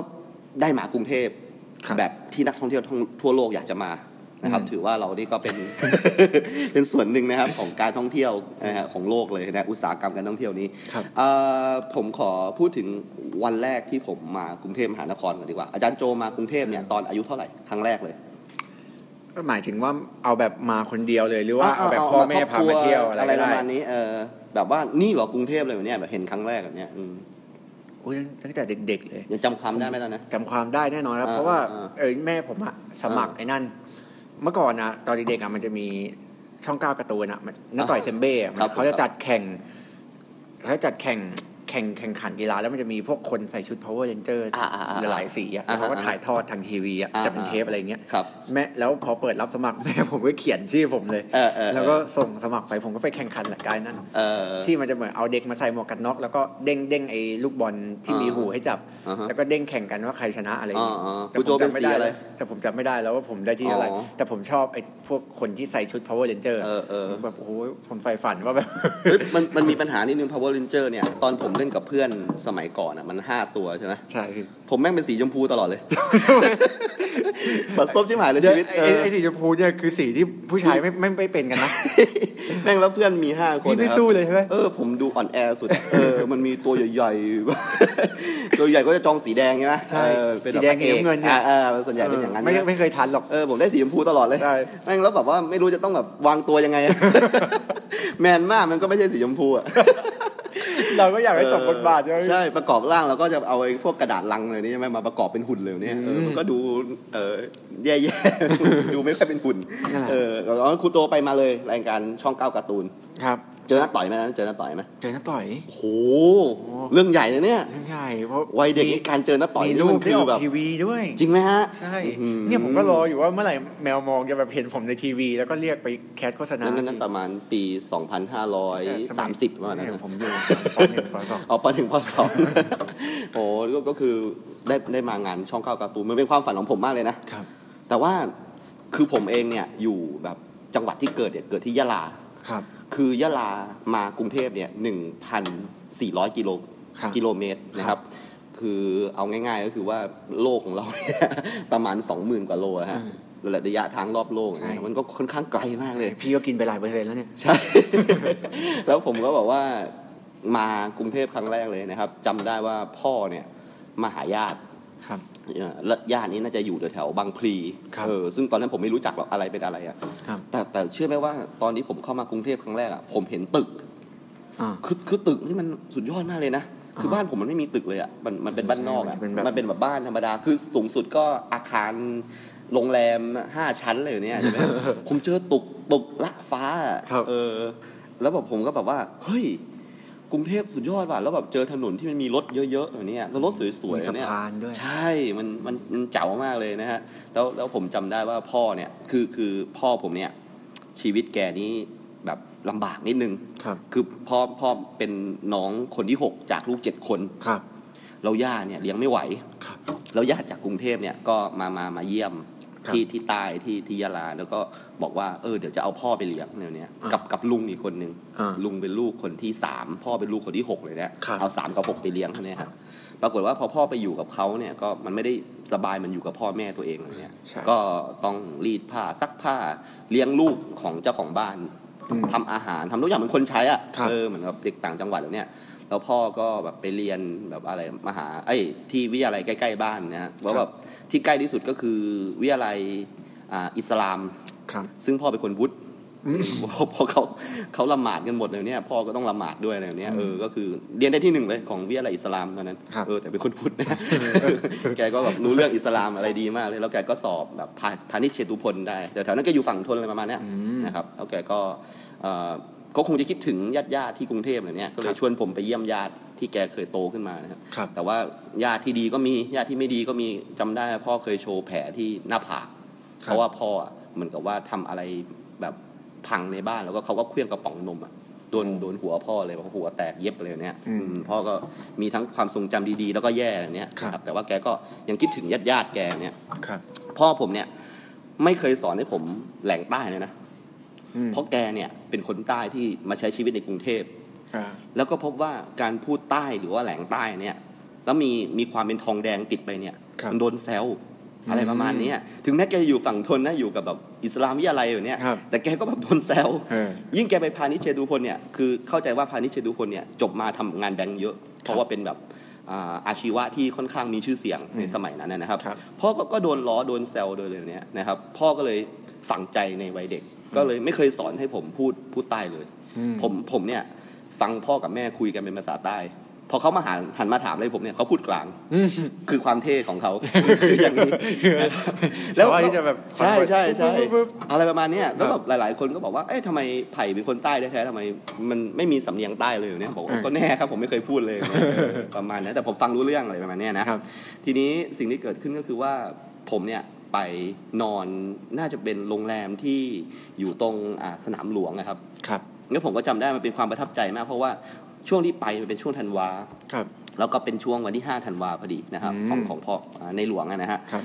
B: ได้มากรุงเทพ
C: ครับ
B: แบบที่นักท่องเที่ยวทั่วทั่วโลกอยากจะมานะครับ
C: อืม
B: ถือว่าเรานี่ก็เป็น *laughs* เป็นส่วนหนึ่งนะครับของการท่องเที่ยวนะฮะของโลกเลยนะอุตสาหกรรมการท่องเที่ยวนี้
C: ครับ
B: เอ่อผมขอพูดถึงวันแรกที่ผมมากรุงเทพมหานครก่อนดีกว่าอาจารย์โจมากรุงเทพเนี่ยตอนอายุเท่าไหร่ครั้งแรกเลย
C: ก็หมายถึงว่าเอาแบบมาคนเดียวเลยหรือว่าเอาแบบพ่อแม่พามาเที่ยวอะไร
B: อะไรป
C: ก็
B: ระ
C: ได้
B: มาณนี้เออแบบว่านี่เหรอกรุงเทพเลยแบบเนี้ยแบบเห็นครั้งแรกแบบเนี้ยอืม
C: โอ้ยตั้งแต่เด็ก ๆ เลย
B: ยังจำความได้ไหมตอนนั้น
C: จำความได้แน่นอนครับ
B: อ่า
C: เพราะว่า
B: อ่า
C: เออแม่ผมอะสมัคร
B: อ่า
C: ไอ้นั่น เมื่อก่อนนะตอนเด็กๆอะมันจะมีช่องเก้าการ์ตูนอะมันน้าต่อยเซมเบ้อะมัน
B: ครับ
C: เขาจะจัดแข่งเขาจะจัดแข่ง แข่งแข่งขันกีฬาแล้วมันจะมีพวกคนใส่ชุด power ranger
B: อ่าอ่าอ่า
C: หลายสีอ่ะแล้วเขาก็
B: อ่าอ่า
C: ถ่ายทอดทางทีวีอ่ะ
B: อ่า
C: จะเป็นเทปอะไรเงี้ย
B: ครับ
C: แม่แล้วพอเปิดรับสมัคร *laughs* แม่ผมก็เขียนชื่อผมเลย
B: เออเออ
C: แล้วก็ส่งสมัครไปผมก็ไปแข่งขันหลักการนั่น
B: เออ
C: ที่มันจะเหมือนเอาเด็กมาใส่หมวกกันน็อกแล้วก็เด้งเด้งไอ้ลูกบอลที่มี
B: อ่า
C: หูให้จับ
B: อ่าฮะ
C: แล้วก็เด้งแข่งกันว่าใครชนะอะไรอย่างเงี้ย
B: อ่าอ่า
C: แต่
B: คุณโจ
C: ผม
B: เป็น
C: จำไม่
B: สี
C: ได้
B: อะไร
C: เลยแต่ผมจำไม่ได้แล้วว่าผมได้ที่อะไร
B: อ๋อ
C: แต่ผมชอบไอ้พวกคนที่ใส่ชุด power ranger
B: เออเออ
C: แบบโอ้โหผมใฝ่ฝันว่าแบบ
B: เฮ้ยมันมันมีปัญหานิดนึง power ranger เนี่ย ตอนผมเล่นกับเพื่อนสมัยก่อนอ่ะมันห้าตัว *laughs* ใช่ไหม
C: ใช่พี่
B: ผมแม่งเป็นสีชมพูตลอดเลยบัดซบชิบหายเลยชีวิต
C: ไอ้
B: เออ
C: ไอ้ไอ้สีชมพูเนี่ยคือสีที่ผู้ชายไม่ไม่ไม่เป็นกันนะ
B: แม่งแล้วเพื่อนมีห้าคน
C: พี่ไม่
B: นะครับ
C: สู้เลยใช่ไหม
B: เออผมดูอ่อนแอสุด เออ มันมีตัวใหญ่ๆ *laughs* ตัวใหญ่ก็จะจองสีแดงใช่ไหม
C: ใช่
B: เออป็นบบ
C: สีแดงเหลืองเงินเนี่ย
B: อ่าอ่าส่วนใหญ่เป็นอย่างนั้น
C: ไม่
B: นะ
C: ไม่เคยทันหรอก
B: เออผมได้สีชมพูตลอดเลย
C: ใช่
B: แม่งแล้วแบบว่าไม่รู้จะต้องแบบวางตัวยังไงอะ
C: *laughs*
B: แมนมากมันก็ไม่ใช่สีชมพูอ่ะ
C: เราก็อยากให้จบบทบาท
B: เอ
C: ใช่ไห
B: อ
C: ม
B: ใช่ประกอบร่างเราก็จะเอาไอ้พวกกระดาษลังเลยนี่ใช่ไหมมาประกอบเป็นหุ่นเลยเนี่ยเออ
C: อืม
B: มันก็ดูเออแย่ๆ *laughs* ดูไม่ค่อยเป็นหุ่น
C: นั่นแหละ
B: เออแล้วครูโตไปมาเลยรายการช่องเก้าการ์ตูน
C: ครับ
B: เจอหน้าต่อยไหมนะเจอหน้าต่อยไหม
C: เจอน้าต่อย
B: โอ้โหเรื่องใหญ่เลยเนี่ย
C: ใช่เพราะ
B: วัยเด็กนี่การเจอหน้าต่อย
C: มี
B: นี่
C: ลู
B: มั
C: ก
B: น
C: ที่
B: คือ
C: ออก
B: แบบ
C: ทีวีด้วย
B: จริงไหมฮะ
C: ใช่
B: อื้อหือ
C: เนี่ยผมก็รออยู่ว่าเมื่อไหร่แมวมองจะแบบเห็นผมในทีวี แล้วก็เรียกไปแคสโฆษณา
B: นั่นนั่นประมาณปี 2530ประมาณนั้น
C: เย
B: นะ
C: ผมอยู่ตอนเห็นตอนสอง
B: เอาปถึงปสอง *laughs* โอ้ก็ก็คือได้ได้มางานช่องข้าวการ์ตูนมันเป็นความฝันของผมมากเลยนะ
C: ครับ
B: แต่ว่าคือผมเองเนี่ยอยู่แบบจังหวัดที่เกิดเนี่ยเกิดที่ยะลา
C: ครับ
B: คือยะลามากรุงเทพเนี่ย1,400 กิโล
C: ครับ
B: กิโลเมตรนะครับ คือเอาง่ายๆก็คือว่าโลกของเราเนี่ย *laughs* ประมาณ 20,000 กว่าโลอะฮะ
C: อืม
B: ระยะทางรอบโลก
C: ใช่
B: นะมันก็ค่อนข้างไกลมากเลย
C: พี่ก็กินไปหลายเปอร์เซ็นต์แล้วเนี่ย
B: ใช่ *laughs* แล้วผมก็บอกว่ามากรุงเทพครั้งแรกเลยนะครับจำได้ว่าพ่อเนี่ยมาหาญาติ
C: ครับ
B: เอ่อและญาตินี้น่าจะอยู่แถวๆบางพลี
C: ครับ
B: เออซึ่งตอนนั้นผมไม่รู้จักหรอกอะไรเป็นอะไรอะ
C: ครับ
B: แต่แต่เชื่อไหมว่าตอนนี้ผมเข้ามากรุงเทพครั้งแรกอะผมเห็นตึก
C: อ่า
B: คือคือตึกนี่มันสุดยอดมากเลยนะ คือบ้านผมมันไม่มีตึกเลยอ่ะ มันมันเป็นบ้านนอก
C: มั
B: อ่ะ
C: นจะเป็นแบบ
B: มันเป็นแบบบ้านธรรมดา คือสูงสุดก็อาคารโรงแรมห้าชั้นเลยเนี่ยใช่ไหม
C: *laughs*
B: ผมเจอตึกตึกละฟ้าอะ
C: ครับ
B: เออ แล้วแบบผมก็แบบว่า เฮ้ย กรุงเทพสุดยอดว่ะ แล้วแบบเจอถนนที่มันมีรถเยอะๆแบบเนี้ยแล้วรถสวยๆ
C: มีสะ
B: เนี่ย
C: พานด้วย
B: ใช่ มันมันมันเจ๋ามากเลยนะฮะ แล้วแล้วผมจำได้ว่าพ่อเนี่ย คือคือพ่อผมเนี่ย ชีวิตแกนี้แบบลำบากนิดนึง
C: ครับ
B: คือพ่อพ่อเป็นน้องคนที่ 6 จากลูก 7 คน
C: ครับ
B: เราย่าเนี่ยเลี้ยงไม่ไหว
C: ครับ
B: แล้วญาติจากกรุงเทพเนี่ยก็มามามาเยี่ยม
C: ครับ
B: ที่ที่ใต้ที่ที่ยะลาแล้วก็บอกว่าเออเดี๋ยวจะเอาพ่อไปเลี้ยงเดี๋ยวเนี้ย
C: อ่ากั
B: กับกับลุงอีกคนนึง
C: อ่า
B: ลุงเป็นลูกคนที่สามพ่อเป็นลูกคนที่หกเลยนะครับ เอาสามกับหกไปเลี้ยงเขาเนี่ยครับปรากฏว่าพอพ่อไปอยู่กับเขาเนี่ยก็มันไม่ได้สบายมันอยู่กับพ่อแม่ตัวเองอะไรเนี่ย
C: ใช่
B: ก็ต้องรีดผ้าซักผ้าเลี้ยงลูกของเจ้าของบ้าน
C: อืม
B: ทำอาหารทำทุกอย่างเหมือนคนใช้อ่ะ
C: ครับ
B: เออเหมือนกับเด็กต่างจังหวัดเดี๋ยวเนี่ย แล้วพ่อก็แบบไปเรียนแบบอะไรมหาไอ้ยที่วิทยาลัยใกล้ๆบ้านนะฮะว่าแบบที่ใกล้ที่สุดก็คือวิทยาลัยอ่าอิสลาม
C: ครับ
B: ซึ่งพ่อเป็นคนวุฒิ *laughs* เพราะเขาเขาละหมาดกันหมดเลยเนี่ยพ่อก็ต้องละหมาดด้วยอะไรแบบเนี้ยเออก็คือเรียนได้ที่หนึ่งเลยของวิทยาลัยอิสลามตอนนั้น
C: ครับ
B: เออแต่เป็นคนพุทธนะ *laughs* แกก็แบบรู้เรื่องอิสลามอะไรดีมากเลย แล้วแกก็สอบแบบพาพาณิชย์เชตุพลได้แต่แถวนั้นแกอยู่ฝั่งทนอะไรประมาณเนี้ยนะครับแล้วแกก็เอ่อก็คงจะคิดถึงญาติญาติๆที่กรุงเทพอะไรเนี่ยก็เลยชวนผมไปเยี่ยมญาติที่แกเคยโตขึ้นมานะครับ
C: ครับ
B: แต่ว่าญาติที่ดีก็มีญาติที่ไม่ดีก็มีจำได้พ่อเคยโชว์แผลที่หน้าผาก
C: ครับ
B: เพราะว่าพ่ออะเหมือนกับว่าทำอะไรแบบพังในบ้านแล้วก็เขาก็เคลื่องกระป๋องนมอ่ะโดนโดนหัวพ่อเลยเพราะหัวแตกเย็บเลยเนี่ย
C: อืม
B: อืมพ่อก็มีทั้งความทรงจำดีๆ แล้วก็แย่อะไรเนี้ย
C: ครับ
B: ครับแต่ว่าแกก็ยังคิดถึงญาติญาติๆแกเนี่ย
C: ครับ
B: พ่อผมเนี่ยไม่เคยสอนให้ผมแหลงใต้เลยนะ
C: อืม
B: เพราะแกเนี่ยเป็นคนใต้ที่มาใช้ชีวิตในกรุงเทพ
C: อ่า
B: แล้วก็พบว่าการพูดใต้หรือว่าแหลงใต้เนี่ย แล้วมีมีความเป็นทองแดงติดไปเนี่ย
C: ครับ
B: มัโดนแซวอะไรประมาณเนี้ยถึงแม้แกจะอยู่ฝั่งทนนะอยู่กับแบบอิสลามวิทยาลัยอยู่เนี่ย
C: ครับ
B: แต่แกก็แบบโดนแซว
C: เออ
B: ยิ่งแกไปพาณิชย์เชดูพลเนี่ยคือเข้าใจว่าพาณิชย์เชดูพลเนี่ยจบมาทำงานแบงก์เยอะ เพราะว่าเป็นแบบอ่าอาชีวะที่ค่อนข้างมีชื่อเสียงในสมัยนั้นนะครับ
C: ครับ
B: พ่อก็ก็โดนล้อโดนแซวโดนเลยเนี่ยนะครับ พ่อก็เลยฝังใจในวัยเด็ก ก็เลยไม่เคยสอนให้ผมพูดพูดใต้เลย
C: อืม
B: ผมผมเนี่ยฟังพ่อกับแม่คุยกันเป็นภาษาใต้ พอเขามาหันหันมาถามอะไรผมเนี่ยเขาพูดกลาง
C: อืม
B: คือความเท่ของเขา
C: *laughs*
B: คืออย่างนี้นะครับแล้ว
C: แต่ว่าที่จะแบบ
B: ใช่ใช่ใช่
C: ปึ๊บปึ๊บปึ๊บ
B: อะไรประมาณเนี้ยแล้วแบบหลาย ๆ คนก็บอกว่าเอ๊ะทำไมไผ่เป็นคนใต้แท้ๆทำไมมันไม่มีสำเนียงใต้เลยเนี่ยบอกว่า
C: อืม
B: ก็แน่ครับผมไม่เคยพูดเลยประมาณนั้นแต่ผมฟังรู้เรื่องอะไรประมาณเนี้ยนะ
C: ครับ
B: ทีนี้สิ่งที่เกิดขึ้นก็คือว่าผมเนี่ยไปนอนน่าจะเป็นโรงแรมที่อยู่ตรงอ่าสนามหลวงนะครับ
C: ครับ
B: แล้วผมก็จำได้มันเป็นความประทับใจมาก เพราะว่าช่วงที่ไปมันเป็นช่วงธันวา
C: ครับ
B: แล้วก็เป็นช่วงวันที่ 5 ธันวาพอดีนะครับ
C: อืม
B: ของของพ่ออ่าในหลวงอะนะฮะ
C: ครับ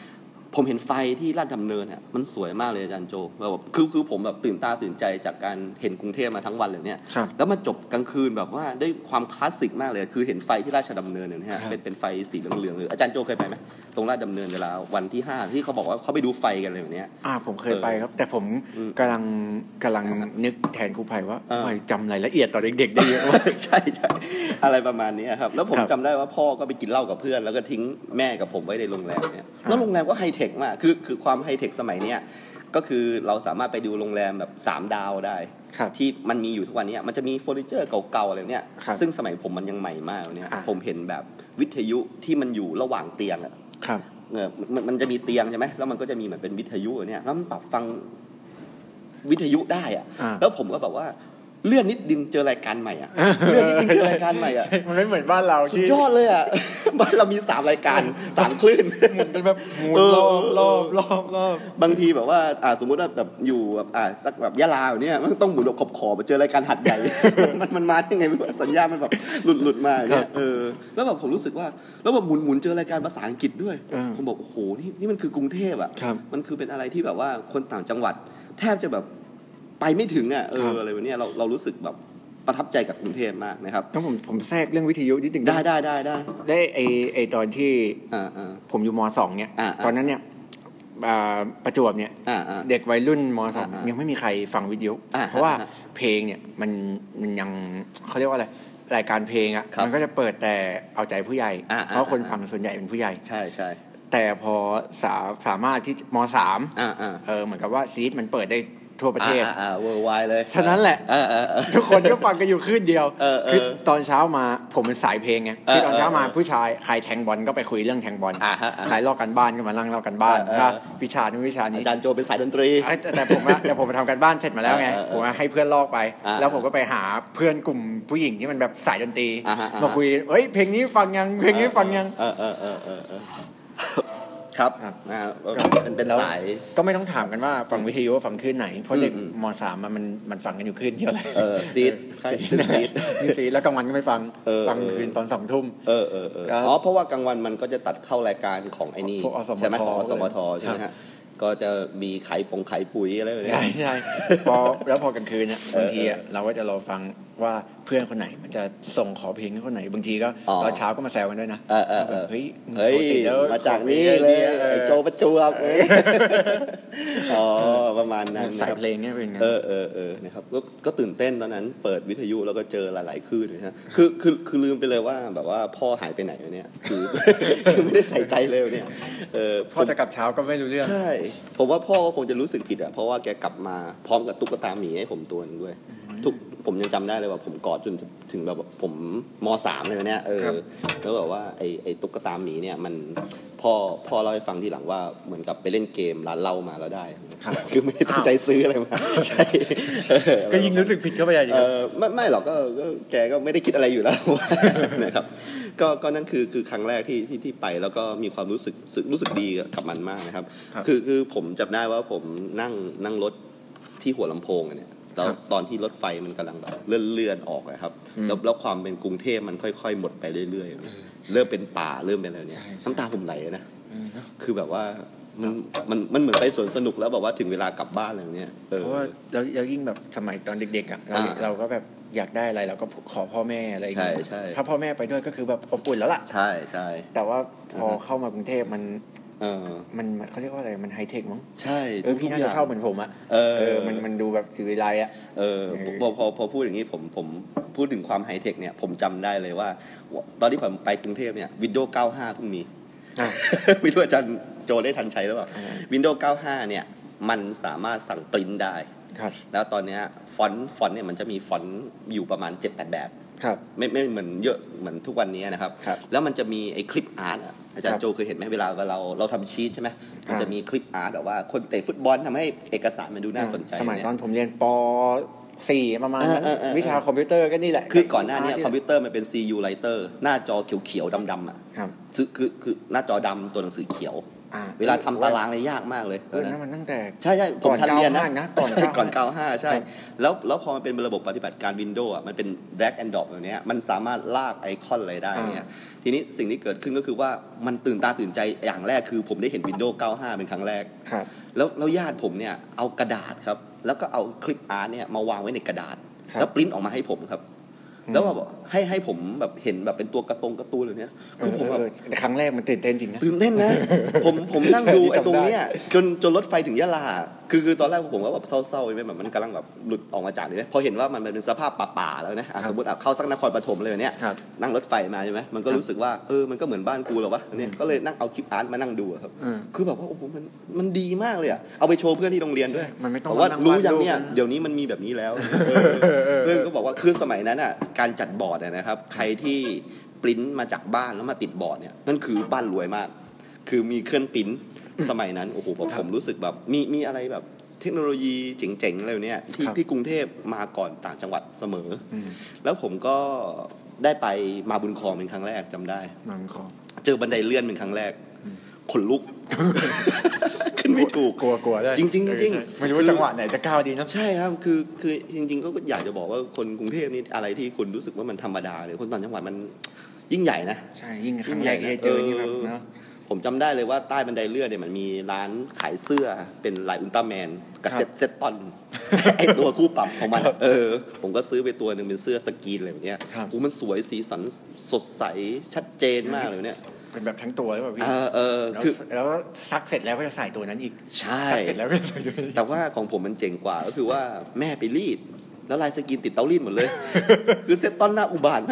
B: ผมเห็นไฟที่ลาดดำเนินอ่ะมันสวยมากเลยอาจารย์โจแบบคือคือผมแบบตื่นตาตื่นใจจากการเห็นกรุงเทพมาทั้งวันเลยเนี่ย
C: ครับ
B: แล้วมาจบกลางคืนแบบว่าด้วยความคลาสสิกมากเลย คือเห็นไฟที่ราชดำเนินเนี่ยนะฮะ
C: ครับ
B: เป็นเป็นไฟสีเหลืองๆเลยอาจารย์โจเคยไปไหมตรงราชดำเนินเวลาวันที่ 5 ที่เขาบอกว่าเขาไปดูไฟกันเลยแบบเนี้ย
C: อ่าผมเคยไปครับ แต่ผม
B: อืม
C: กำลังกำลังนึกแทนครูภัยว่า
B: เออ
C: ภัยจำรายละเอียดตอนเด็กๆได้เยอะมาก
B: *laughs* ใช่ใช่อะไรประมาณนี้ครับ แล้วผม
C: ครับ
B: จำได้ว่าพ่อก็ไปกินเหล้ากับเพื่อน แล้วก็ทิ้งแม่กับผมไว้ในโรงแรมเนี่ยแล้
C: อ่า
B: วโรงแรมก็ไฮเทคมากคือคือความไฮเทคสมัยเนี้ยก็คือเราสามารถไปดูโรงแรมแบบ 3 ดาวได้
C: ครับ
B: ที่มันมีอยู่ทุกวันเนี้ยมันจะมีเฟอร์นิเจอร์เก่าๆอะไรเนี่ย
C: ครับ
B: ซึ่งสมัยผมมันยังใหม่มากเนี่ย
C: อ่า
B: ผมเห็นแบบวิทยุที่มันอยู่ระหว่างเตียงอะ
C: ครับ
B: เออมันมันมันจะมีเตียงใช่ไหมแล้วมันก็จะมีเหมือนเป็นวิทยุเนี่ย แล้วมันปรับฟังวิทยุได้อะ
C: อ่า
B: แล้วผมก็แบบว่าเลื่อนนิดดึงเจอรายการใหม่อะเลื่อนนิดดึงเจอรายการใหม่อะ
C: ใช่มันไม่เหมือนบ้านเรา
B: สุด
C: ที่
B: ยอดเลยอะ บ้านเรามีสามรายการสามคลื่น
C: หมุนเป็นแบบหมุน
B: เออ
C: รอบรอบรอบรอบ
B: บางทีแบบว่าอ่าสมมุติว่าแบบอยู่แบบอ่าสักแบบยะลาอย่างเนี้ยมันต้องหมุนขอบขอบๆมาเจอรายการหัดใหญ่ *laughs* มันมันมาได้ไงไม่รู้สัญญาณมันแบบหลุดหลุดมา
C: ครั
B: เนี่ย
C: บ
B: เออแล้วแบบผมรู้สึกว่า แล้วแบบหมุนหมุนเจอรายการภาษาอังกฤษด้วย
C: อ่า
B: ผมบอกโอ้โหนี่นี่มันคือกรุงเทพอ่ะ
C: ครับ
B: มันคือเป็นอะไรที่แบบว่าคนต่างจังหวัด แทบจะแบบไปไม่ถึงอ่ะเอออะไรแบบเนี้ยเราเรารู้สึกแบบประทับใจกับกรุงเทพมากนะครับ
C: แล้วผมผมแทรกเรื่องวิทยุนิดหนึ่ง
B: ได้ได้ได้ได้
C: ได้ไอไอตอนที่
B: อ่าอ่า
C: ผมอยู่มสองเนี่ย
B: อ่า
C: ตอนนั้นเนี่ยอ่าประจวบเนี่ย
B: อ่าอ่า
C: เด็กวัยรุ่นมสอง
B: อ่าๆ
C: ยังไม่มีใครฟังวิทยุ
B: อ่า
C: เพราะว่า
B: อ่า
C: เพลงเนี่ยมันมันยังเขาเรียกว่าอะไรรายการเพลง
B: ครับ
C: อะ่ะมันก็จะเปิดแต่เอาใจผู้ใหญ่
B: อ่าๆ
C: เพราะคนฟังส่วนใหญ่เป็นผู้ใหญ่
B: ใช่ใช่
C: แต่พอสาสามารถที่มสาม
B: อ่าอ่า
C: เออเหมือนกับว่าซีดมันเปิดได้ทั่วประเทศ
B: อ่าอ่าเวอร์ไวเลย
C: เท่านั้นแหละ
B: อ่าอ่าอ่า
C: ทุกคนก็ฟังกันอยู่คลื่นเดียว
B: เออเออ
C: คือตอนเช้ามาผมเป็นสายเพลงไง
B: เออ
C: คือตอนเช้ามา
B: เออเออ
C: ผู้ชายใครแทงบอลก็ไปคุยเรื่องแทงบอล
B: อ่าฮะอ่าฮะ
C: ใครลอกกันบ้านก็มานั่งลอกกันบ้าน
B: เออเออ
C: ว่าวิชานู้นวิชานี้
B: อาจารย์โจเป็นสายดนตรี
C: ไอ้แต่แต่ผมอะ *laughs* แต่ผมไปทำการบ้านเสร็จมาแล้วไง
B: เออเออ
C: ผมอะให้เพื่อนลอกไป
B: อ่า
C: แล้วผมก็ไปหาเพื่อนกลุ่มผู้หญิงที่มันแบบสายดนตรี
B: อ่าฮะอ่าฮะ
C: มาคุยเฮ้ยเพลงนี้ฟังยังเพลงนี้ฟังยัง
B: เออเออเออเออเออครับ
C: ครับ
B: นะฮะเป็นเป็น
C: แล้ว
B: สาย
C: ก็ไม่ต้องถามกันว่าฟังวิทยุว่าฟังคลื่นไหน เพราะเด็ก
B: อืม
C: มสามอะมันมันฟังกันอยู่คลื่นเดียวเลย
B: เออซี
C: *laughs*
B: ดใช่ซีดซีด
C: นี่สิแล้วกลางวันก็ไม่ฟัง
B: เออ
C: ฟังคืนตอนสองทุ่ม
B: เออเออเออ
C: ครับ
B: อ๋อเพราะว่ากลางวันมันก็จะตัดเข้ารายการของไอ้นี่
C: พวกอสมท
B: ใช่ไหมของอสมท
C: เลย
B: ใช่ไหมฮะก็จะมีไขปงไขปุ๋ยอะไรแบบเนี้ย
C: ใช่ใช่พอแล้วพอกลางคืนเนี่ย
B: เออบ
C: างทีอะเราก็จะรอฟังว่าเพื่อนคนไหน มันจะส่งขอเพลงให้คนไหน บางทีก็
B: อ๋อ
C: ตอนเช้าก็มาแซวกันด้วยนะ
B: เออเออเออ
C: แบบเฮ้ย
B: เฮ้ย
C: โทรติดแล้ว
B: มาจากนี่เลยไอ้โจประจวบ
C: *laughs*
B: เอ้ยอ๋อประมาณ
C: เอ
B: นั้น
C: อ
B: นะ
C: สา
B: ค
C: ย
B: รับ
C: เพลงเนี่ยเป็นไง
B: เออเออเออนะครับก็ก็ตื่นเต้นตอนนั้น เปิดวิทยุแล้วก็เจอหลาย ๆคลื่นนะฮะคือคือคือลืมไปเลยว่าแบบว่าพ่อหายไปไหนวะเนี่ยคือ *laughs* คือไม่ได้ใส่ใจเลยเนี่ยเออ
C: พอจะกลับเช้าก็ไม่รู้เรื่อง
B: ใช่ ผมว่าพ่อก็คงจะรู้สึกผิดอ่ะเพราะว่าแกกลับมาพร้อมกับตุ๊กตาหมีให้ผมตัวหนึงด้วย ทุกผมยังจำได้เลยว่าผมกอดจนถึงแบบผมมสามเลยวะเนี่ยเออ
C: ครับ
B: แล้วแบบว่าไอ้ไอ้ตุ๊กตาหมีเนี่ยมันพ่อพ่อเล่าให้ฟังทีหลังว่าเหมือนกับไปเล่นเกมร้านเหล้ามาแล้วได้
C: ครับ
B: คือไม่ได้ตั้งใจซื้ออะไรมา ใช่
C: ก็ยิ่งรู้สึกผิดเข้าไปใหญ่อีก
B: เอ
C: ครั
B: อ
C: บ
B: ไม่ไม่หรอกก็ก็แกก็ไม่ได้คิดอะไรอยู่แล้ว *laughs* นะครับก็ก็นั่นคือคือครั้งแรกที่ที่ที่ไปแล้วก็มีความรู้สึกสึกรู้สึกดีกับมันมากนะครับ คือคือผมจำได้ว่าผมนั่งนั่งรถที่หัวลำโพงอะเนี่ยแล้วตอนที่รถไฟมันกำลังแบบเลื่อนเลื่อนๆออกนะครับแล้วแล้วความเป็นกรุงเทพมันค่อยๆ หมดไปเรื่อยๆ เริ่มเป็นป่าเริ่มเป็นอะไรเนี่ยน้ำตาผมไหลนะ คือแบบว่ามันมันมันเหมือนไปสวนสนุกแล้วแบบว่าถึงเวลากลับบ้านอะไรอย่างเงี้ยเออ
C: เพราะว่าเราเรายิ่งแบบสมัยตอนเด็กๆอ่ะเรา
B: อ่า
C: เราก็แบบอยากได้อะไรเราก็ขอพ่อแม่อะไรอย่างเงี้ย
B: ใช่ใช่
C: ถ้าพ่อแม่ไปด้วยก็คือแบบอบอุ่นแล้วล่ะ
B: ใช่ใช่
C: แต่ว่าพอเข้ามากรุงเทพมัน
B: เออ
C: มันมันเขาเรียกว่าอะไรมันไฮเทคมั้ง
B: ใช่
C: เออพี่น่าจะเช่าเหมือนผมอะ
B: เออ
C: เออ มันมันดูแบบสีวิไลอะ
B: เออพอพอพอพูดอย่างนี้ผมผมพูดถึงความไฮเทคเนี่ยผมจำได้เลยว่า ตอนที่ผมไปกรุงเทพเนี่ยวินโดว์95เพิ่งมี *laughs* ไม่รู้อาจารย์โจได้ทันใช้หรือเปล่า
C: อ่า
B: วินโดว์95เนี่ยมันสามารถสั่งปริ้นได้
C: ครับ
B: แล้วตอนเนี้ยฟอนต์ฟอนต์เนี่ยมันจะมีฟอนต์อยู่ประมาณ7-8แบบ
C: ครับ
B: ไม่ไม่เหมือนเยอะเหมือนทุกวันนี้นะครับ
C: ครับ
B: แล้วมันจะมีไอ้คลิปอาร์ตอะอาจาร
C: ครั
B: ย์
C: บ
B: โจเคยเห็นไหมเวลาเราเราทำชีตใช่ไหมมัน
C: อ่า
B: จะมีคลิปอาร์ตแบบว่าคนเตะฟุตบอลทำให้เอกสารมันดูน่าสนใจ
C: สมัย
B: เนี่
C: ต
B: ย
C: อนผมเรียนป .4 ประมาณนั้น
B: เออเออเออ
C: วิชาคอมพิวเตอร์ก็นี่แหละ
B: คือก่อนหน้าเนี้คอมพิวเตอร์มันเป็น CU Writer หน้าจอเขียวๆดำๆอ่ะ
C: ครับ
B: คือคือคือหน้าจอดำตัวหนังสือเขียว
C: อ่
B: เวลาทำตารางเนี่ยยากมากเลย
C: เรื่องนั้นมันตั้งแต่
B: ใช่ใช่ผ
C: ก่
B: ม
C: อน
B: ทันเรียนนะ
C: 95นะก่อน
B: ใช่ก่อน
C: 95
B: 95 ใช่ แล้วแล้วพอมันเป็นระบบปฏิบัติการ Windows อ่ะมันเป็น drag and drop แบบเนี้ยมันสามารถลากไอคอนอะไรได้เนี่ยทีนี้สิ่งที่เกิดขึ้นก็คือว่ามันตื่นตาตื่นใจอย่างแรกคือผมได้เห็น Windows 95 เป็นครั้งแรก
C: ครับ
B: แล้วแล้วญาติผมเนี่ยเอากระดาษครับ แล้วก็เอาคลิปอาร์ตเนี่ยมาวางไว้ในกระดาษ
C: ครับ
B: แล้วปริ้นออกมาให้ผมครับ
C: อืม
B: แล้วแบบให้ให้ผมแบบเห็นแบบเป็นตัวการะตงการะตูนเลยเนี่ยคือผมแบบ
C: เออเออแต่ครั้งแรกมันตื่นเต้นจริงนะ
B: *laughs* ตื่นเต้นนะ ผมผมนั่งดู
C: ใช่
B: ไอ้ตรงเนี้ย
C: จำได้
B: จนจนรถไฟถึงยะลา คือคือตอนแรกผมก็แบบเศร้าๆใช่ไหมแบบมันกำลังแบบหลุดออกมาจากเลยนะพอเห็นว่ามันเป็นสภาพป่าๆแล้วนะอ่ะสมมติอ่ะเข้าสักนครปฐมเลยเนี่ย
C: ครับ
B: นั่งรถไฟมาใช่ไหมมันก็รู้สึกว่าเออมันก็เหมือนบ้านกูเหรอวะเนี่ยก็เลยนั่งเอาคลิปอาร์ตมานั่งดูอะครับ
C: อืม
B: คือแบบว่าโอ้โหมันมันดีมากเลยอ่ะเอาไปโชว์เพื่อนที่โรงเรียนด้วย
C: ใช่มันไม่ต้อง
B: บอกว่า
C: นั่งวาด
B: รู้อย่าง
C: รูป
B: เนี่ย
C: นะ
B: เดี๋ยวนี้มันมีแบบนี้แล้วเออเพื่อนก็บอกว่าคือสมัยนั้นอ่ะการจัดบอร์ดอะนะครับ ใครที่ปริ้นมาจากบ้านแล้วมาติดบอร์ดเนี่ยนั่นคือบ้านรวยมาก คือมีเครื่องปริ้นสมัยนั้นโอ้โหผม
C: ครับ
B: ผมรู้สึกแบบมีมีอะไรแบบเทคโนโลยีเจ๋งๆอะไรแบบเนี่ยที่
C: ครับ
B: ที่กรุงเทพมาก่อนต่างจังหวัดเสมอ
C: อืม
B: แล้วผมก็ได้ไปมาบุญครองเป็นครั้งแรกจำได้
C: มันขอ
B: เจอบันไดเลื่อนเป็นครั้งแรก
C: อืม
B: ขน
C: *laughs*
B: ลุก ขึ้นไม่ถูก
C: กลัวกลัวด้วย
B: จริงๆจริงๆ
C: เออใช่ไม่รู้
B: คือ
C: ว่าจังหวะไหนจะก้าวดีเนอะ
B: ใช่ครับคือคือจริง ๆ ก็อยากจะบอกว่าคนกรุงเทพนี่อะไรที่คุณรู้สึกว่ามันธรรมดาเลยคนต่างจังหวัดมันยิ่งใหญ่นะ
C: ใช่ยิ่งครั้งแรกที่ได้เจอนี่แบบเนาะ
B: ผมจำได้เลยว่าใต้บันไดเลื่อนเนี่ยมันมีร้านขายเสื้อเป็นลายอุลตร้าแมนกับ
C: ครับ
B: เซ็ตเซ็ตตอน *laughs* ไอตัวคู่ปรับของมันอะเออ ผมก็ซื้อไปตัวหนึ่งเป็นเสื้อสกรีนอะไรแบบเนี้ย
C: ครับ
B: โอ้มันสวยสีสันสดใสชัดเจนมากเลยเนี่ย
C: เป็นแบบทั้งตัวหรือเปล่าพี่
B: เออเออ
C: แล้ว
B: คือ
C: แล้วซักเสร็จแล้วก็จะใส่ตัวนั้นอีก
B: ใช่
C: ซักเสร็จแล้วก็จะใส่ตัวนี้
B: *laughs* แต่ว่าของผมมันเจ๋งกว่าก็คือว่าแม่ไปรีด แล้วลายสกรีนติดเตารีดหมดเลย คือเซตต้อนหน้าอุบาท *laughs*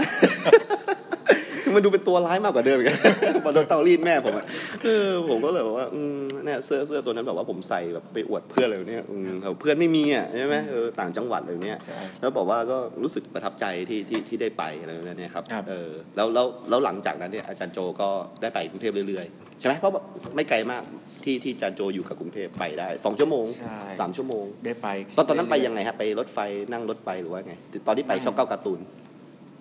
B: คือมันดูเป็นตัวร้ายมากกว่าเดิมอีก *laughs* พอโดนเตารีดแม่ผมอะเออผมก็เลยบอกว่าอืมเนี่ยเสื้อเสื้อตัวนั้นแบบว่าผมใส่แบบไปอวดเพื่อนเลยเนี่ยอืมแบบเพื่อนไม่มีอ่ะใช่ไหมเออต่างจังหวัดเลยเนี่ย
C: ใช่
B: แล้วบอกว่าก็รู้สึกประทับใจที่ที่ที่ได้ไปอะไรแบบเนี้ยครับ
C: ครับ
B: เออแล้วแล้วแล้วหลังจากนั้นเนี่ยอาจารย์โจก็ได้ไปกรุงเทพเรื่อยๆใช่ไหมเพราะว่าไม่ไกลมากที่ที่อาจารย์โจอยู่กับกรุงเทพไปได้สองชั่วโมง
C: ใช่
B: สามชั่วโมง
C: ได้ไป
B: ตอนตอนนั้นไปยังไงฮะไปรถไฟนั่งรถไปหรือว่าไง ตอนที่ไปช่องเก้าการ์ตูน